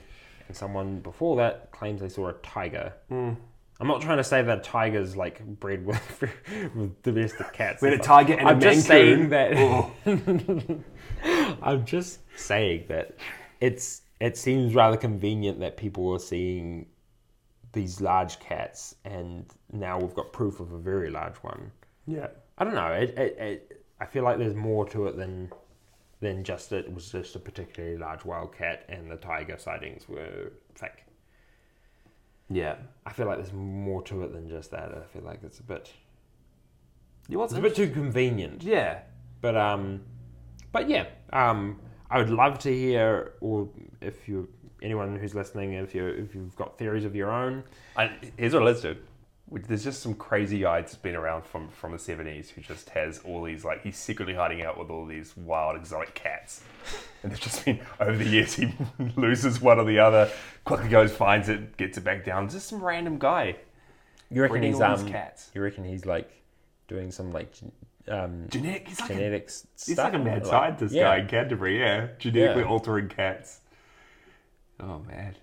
[SPEAKER 2] and someone before that claims they saw a tiger.
[SPEAKER 1] Hmm.
[SPEAKER 2] I'm not trying to say that tigers like bred with, with domestic cats.
[SPEAKER 1] We had
[SPEAKER 2] and
[SPEAKER 1] a
[SPEAKER 2] stuff.
[SPEAKER 1] tiger and a
[SPEAKER 2] I'm just
[SPEAKER 1] Mancoon. Oh.
[SPEAKER 2] saying that. I'm just saying that it's it seems rather convenient that people are seeing these large cats, and now we've got proof of a very large one.
[SPEAKER 1] Yeah.
[SPEAKER 2] I don't know. It, it, it, I feel like there's more to it than than just that it was just a particularly large wildcat and the tiger sightings were fake.
[SPEAKER 1] Yeah.
[SPEAKER 2] I feel like there's more to it than just that. I feel like it's a bit
[SPEAKER 1] You want
[SPEAKER 2] it's a bit too convenient.
[SPEAKER 1] Yeah.
[SPEAKER 2] But um, but yeah, um, I would love to hear or if you anyone who's listening if you if you've got theories of your own.
[SPEAKER 4] I, here's what let's do. There's just some crazy guy that's been around from, from the 70s who just has all these, like, he's secretly hiding out with all these wild exotic cats. And there's just been, over the years, he loses one or the other, quickly goes, finds it, gets it back down. Just some random guy.
[SPEAKER 5] You reckon
[SPEAKER 4] Breeding
[SPEAKER 5] he's
[SPEAKER 4] all these
[SPEAKER 5] um,
[SPEAKER 4] cats.
[SPEAKER 5] You reckon he's like doing some like gen- um,
[SPEAKER 1] Genetic. He's like, a,
[SPEAKER 5] genetics
[SPEAKER 1] he's
[SPEAKER 5] stuff.
[SPEAKER 1] like a mad
[SPEAKER 5] like-
[SPEAKER 1] scientist
[SPEAKER 5] yeah.
[SPEAKER 1] guy in Canterbury. Yeah. Genetically
[SPEAKER 5] Yeah.
[SPEAKER 1] altering cats.
[SPEAKER 4] Oh man.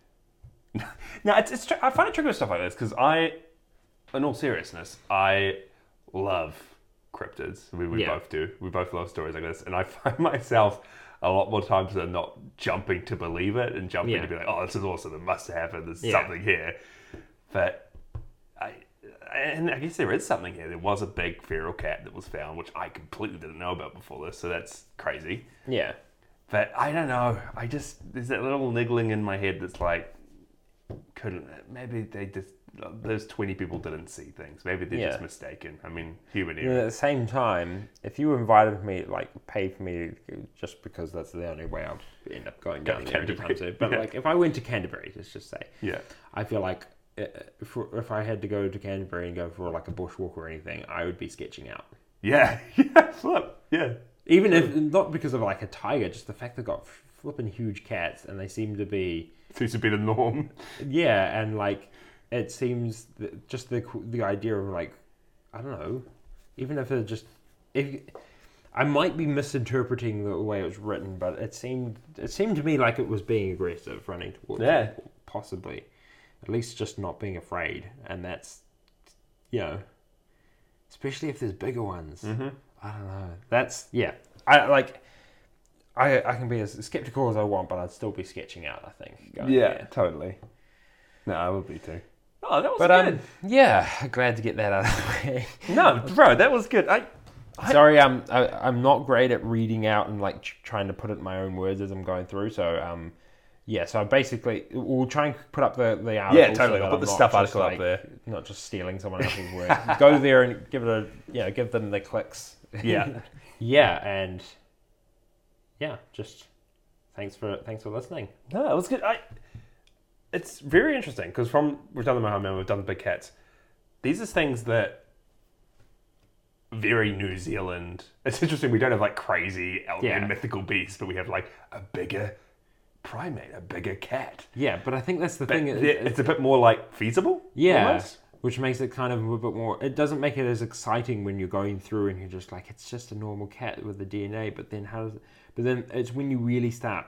[SPEAKER 4] now it's, it's tr- I find it tricky with stuff like this because I, in all seriousness, I love cryptids. We, we
[SPEAKER 2] Yeah.
[SPEAKER 4] both do. We both love stories like this, and I find myself a lot more times than not jumping to believe it and jumping
[SPEAKER 2] Yeah.
[SPEAKER 4] to be like, oh, this is awesome. It must have happened. There's
[SPEAKER 2] Yeah.
[SPEAKER 4] something here. But I, and I guess there is something here. There was a big feral cat that was found, which I completely didn't know about before this. So that's crazy.
[SPEAKER 2] Yeah,
[SPEAKER 4] But I don't know. I just there's that little niggling in my head that's like, couldn't maybe they just
[SPEAKER 1] those 20 people didn't see things. Maybe they're just
[SPEAKER 2] Yeah.
[SPEAKER 1] mistaken. I mean, human
[SPEAKER 2] And
[SPEAKER 1] error.
[SPEAKER 2] at the same time, if you invited me, like, paid for me just because that's the only way I'll end up going down there anytime soon. But, like, if I went to Canterbury, let's just say,
[SPEAKER 1] Yeah.
[SPEAKER 2] I feel like uh, if, if I had to go to Canterbury and go for, like, a bushwalk or anything, I would be sketching out.
[SPEAKER 1] Yeah. Yeah. Flip. Yeah.
[SPEAKER 2] Even if, not because of, like, a tiger, just the fact they got flipping huge cats and they seem to be,
[SPEAKER 1] Seems to be the norm.
[SPEAKER 2] yeah, and, like, it seems that just the, the idea of, like, I don't know, even if it just, if, I might be misinterpreting the way it was written, but it seemed it seemed to me like it was being aggressive, running towards
[SPEAKER 1] Yeah.
[SPEAKER 2] people, possibly, at least just not being afraid, and that's you know, especially if there's bigger ones. Mm-hmm. I don't know. That's yeah. I like. I I can be as skeptical as I want, but I'd still be sketching out. I think. going
[SPEAKER 3] Yeah,
[SPEAKER 2] there.
[SPEAKER 3] totally.
[SPEAKER 1] No, I would be too.
[SPEAKER 3] Oh, that was
[SPEAKER 2] But
[SPEAKER 3] good.
[SPEAKER 2] um, yeah, glad to get that out of the way.
[SPEAKER 3] no, bro, that was good. I
[SPEAKER 2] Sorry, I'm I, I'm not great at reading out and like tr- trying to put it in my own words as I'm going through. So um, yeah. So I basically we'll try and put up the the article. so
[SPEAKER 3] totally.
[SPEAKER 2] that
[SPEAKER 3] I'll put the
[SPEAKER 2] not
[SPEAKER 3] stuff
[SPEAKER 2] just,
[SPEAKER 3] article up
[SPEAKER 2] like,
[SPEAKER 3] there.
[SPEAKER 2] Not just stealing someone else's words. Go there and give it a you know give them the clicks.
[SPEAKER 3] yeah.
[SPEAKER 2] yeah, and yeah, just thanks for thanks for listening.
[SPEAKER 3] No, it was good. I. It's very interesting because from we've done the Mohammed, we've done the big cats. These are things that
[SPEAKER 1] Very New Zealand. It's interesting. We don't have like crazy out there
[SPEAKER 2] Yeah.
[SPEAKER 1] mythical beasts, but we have like a bigger primate, a bigger cat.
[SPEAKER 2] Yeah, but I think that's the
[SPEAKER 1] But
[SPEAKER 2] thing. is-
[SPEAKER 1] yeah, it's a bit more like feasible.
[SPEAKER 2] Yeah.
[SPEAKER 1] almost.
[SPEAKER 2] Which makes it kind of a bit more. It doesn't make it as exciting when you're going through and you're just like, it's just a normal cat with the DNA. But then how does? But then it's when you really start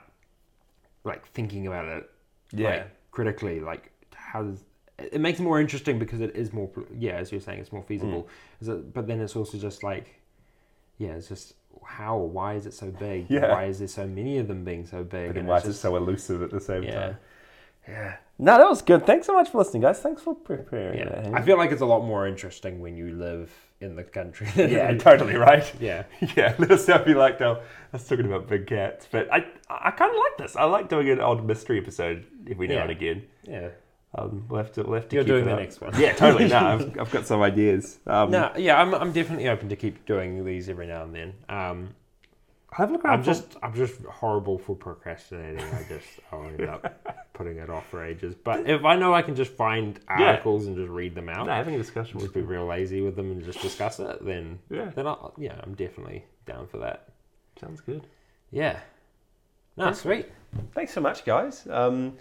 [SPEAKER 2] like thinking about it,
[SPEAKER 3] Yeah.
[SPEAKER 2] like, critically. Like how does? It makes it more interesting because it is more. Yeah, as you're saying, it's more feasible.
[SPEAKER 1] Mm.
[SPEAKER 2] Is it- but then it's also just like, yeah, it's just how? Why is it so big?
[SPEAKER 1] Yeah.
[SPEAKER 2] Why is there so many of them being so big?
[SPEAKER 1] And
[SPEAKER 2] And
[SPEAKER 1] why
[SPEAKER 2] it's
[SPEAKER 1] is it
[SPEAKER 2] just,
[SPEAKER 1] so elusive at the same
[SPEAKER 2] yeah.
[SPEAKER 1] time?
[SPEAKER 3] No, that was good. Thanks so much for listening, guys. Thanks for preparing. that,
[SPEAKER 2] Yeah,
[SPEAKER 3] Henry.
[SPEAKER 2] I feel like it's a lot more interesting when you live in the country.
[SPEAKER 1] Yeah, totally right.
[SPEAKER 2] yeah.
[SPEAKER 1] Yeah, let us know if you liked our us talking about big cats. But I I kind of like this. I like doing an odd mystery episode every now
[SPEAKER 2] Yeah.
[SPEAKER 1] and again.
[SPEAKER 2] Yeah.
[SPEAKER 1] Um, we'll have to we'll have to.
[SPEAKER 2] You're
[SPEAKER 1] keep
[SPEAKER 2] doing
[SPEAKER 1] it
[SPEAKER 2] the
[SPEAKER 1] up.
[SPEAKER 2] next one.
[SPEAKER 1] Yeah, totally. No, I've, I've got some ideas. Um,
[SPEAKER 2] No, yeah, I'm, I'm definitely open to keep doing these every now and then. Um,
[SPEAKER 1] Have a look around.
[SPEAKER 2] I'm just I'm just horrible for procrastinating. I just I'll end up putting it off for ages. But if I know I can just find articles and just read them out,
[SPEAKER 1] no, having a discussion with
[SPEAKER 2] just be real lazy with them and just discuss it, then
[SPEAKER 1] Yeah.
[SPEAKER 2] then I'll, yeah, I'm definitely down for that.
[SPEAKER 1] sounds good.
[SPEAKER 2] Yeah. No, sweet.
[SPEAKER 3] Thanks so much, guys. Um,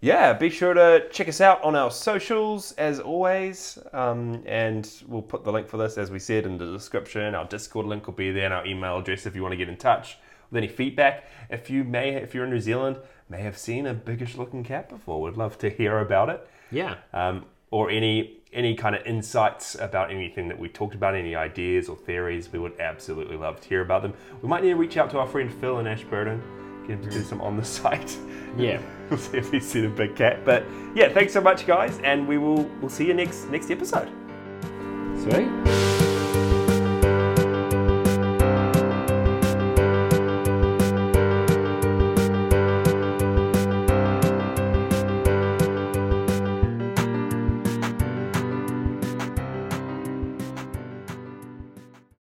[SPEAKER 3] yeah, be sure to check us out on our socials as always. Um, and we'll put the link for this, as we said, in the description. Our Discord link will be there and our email address if you want to get in touch with any feedback. If you may, if you're in New Zealand, may have seen a biggish looking cat before. We'd love to hear about it.
[SPEAKER 2] Yeah.
[SPEAKER 3] um, or any any kind of insights about anything that we talked about, any ideas or theories, we would absolutely love to hear about them. We might need to reach out to our friend Phil in Ashburton, get him to do some on the site.
[SPEAKER 2] Yeah.
[SPEAKER 3] we'll see if he's seen a big cat. But yeah, thanks so much, guys, and we will we'll see you next next episode.
[SPEAKER 2] Sweet.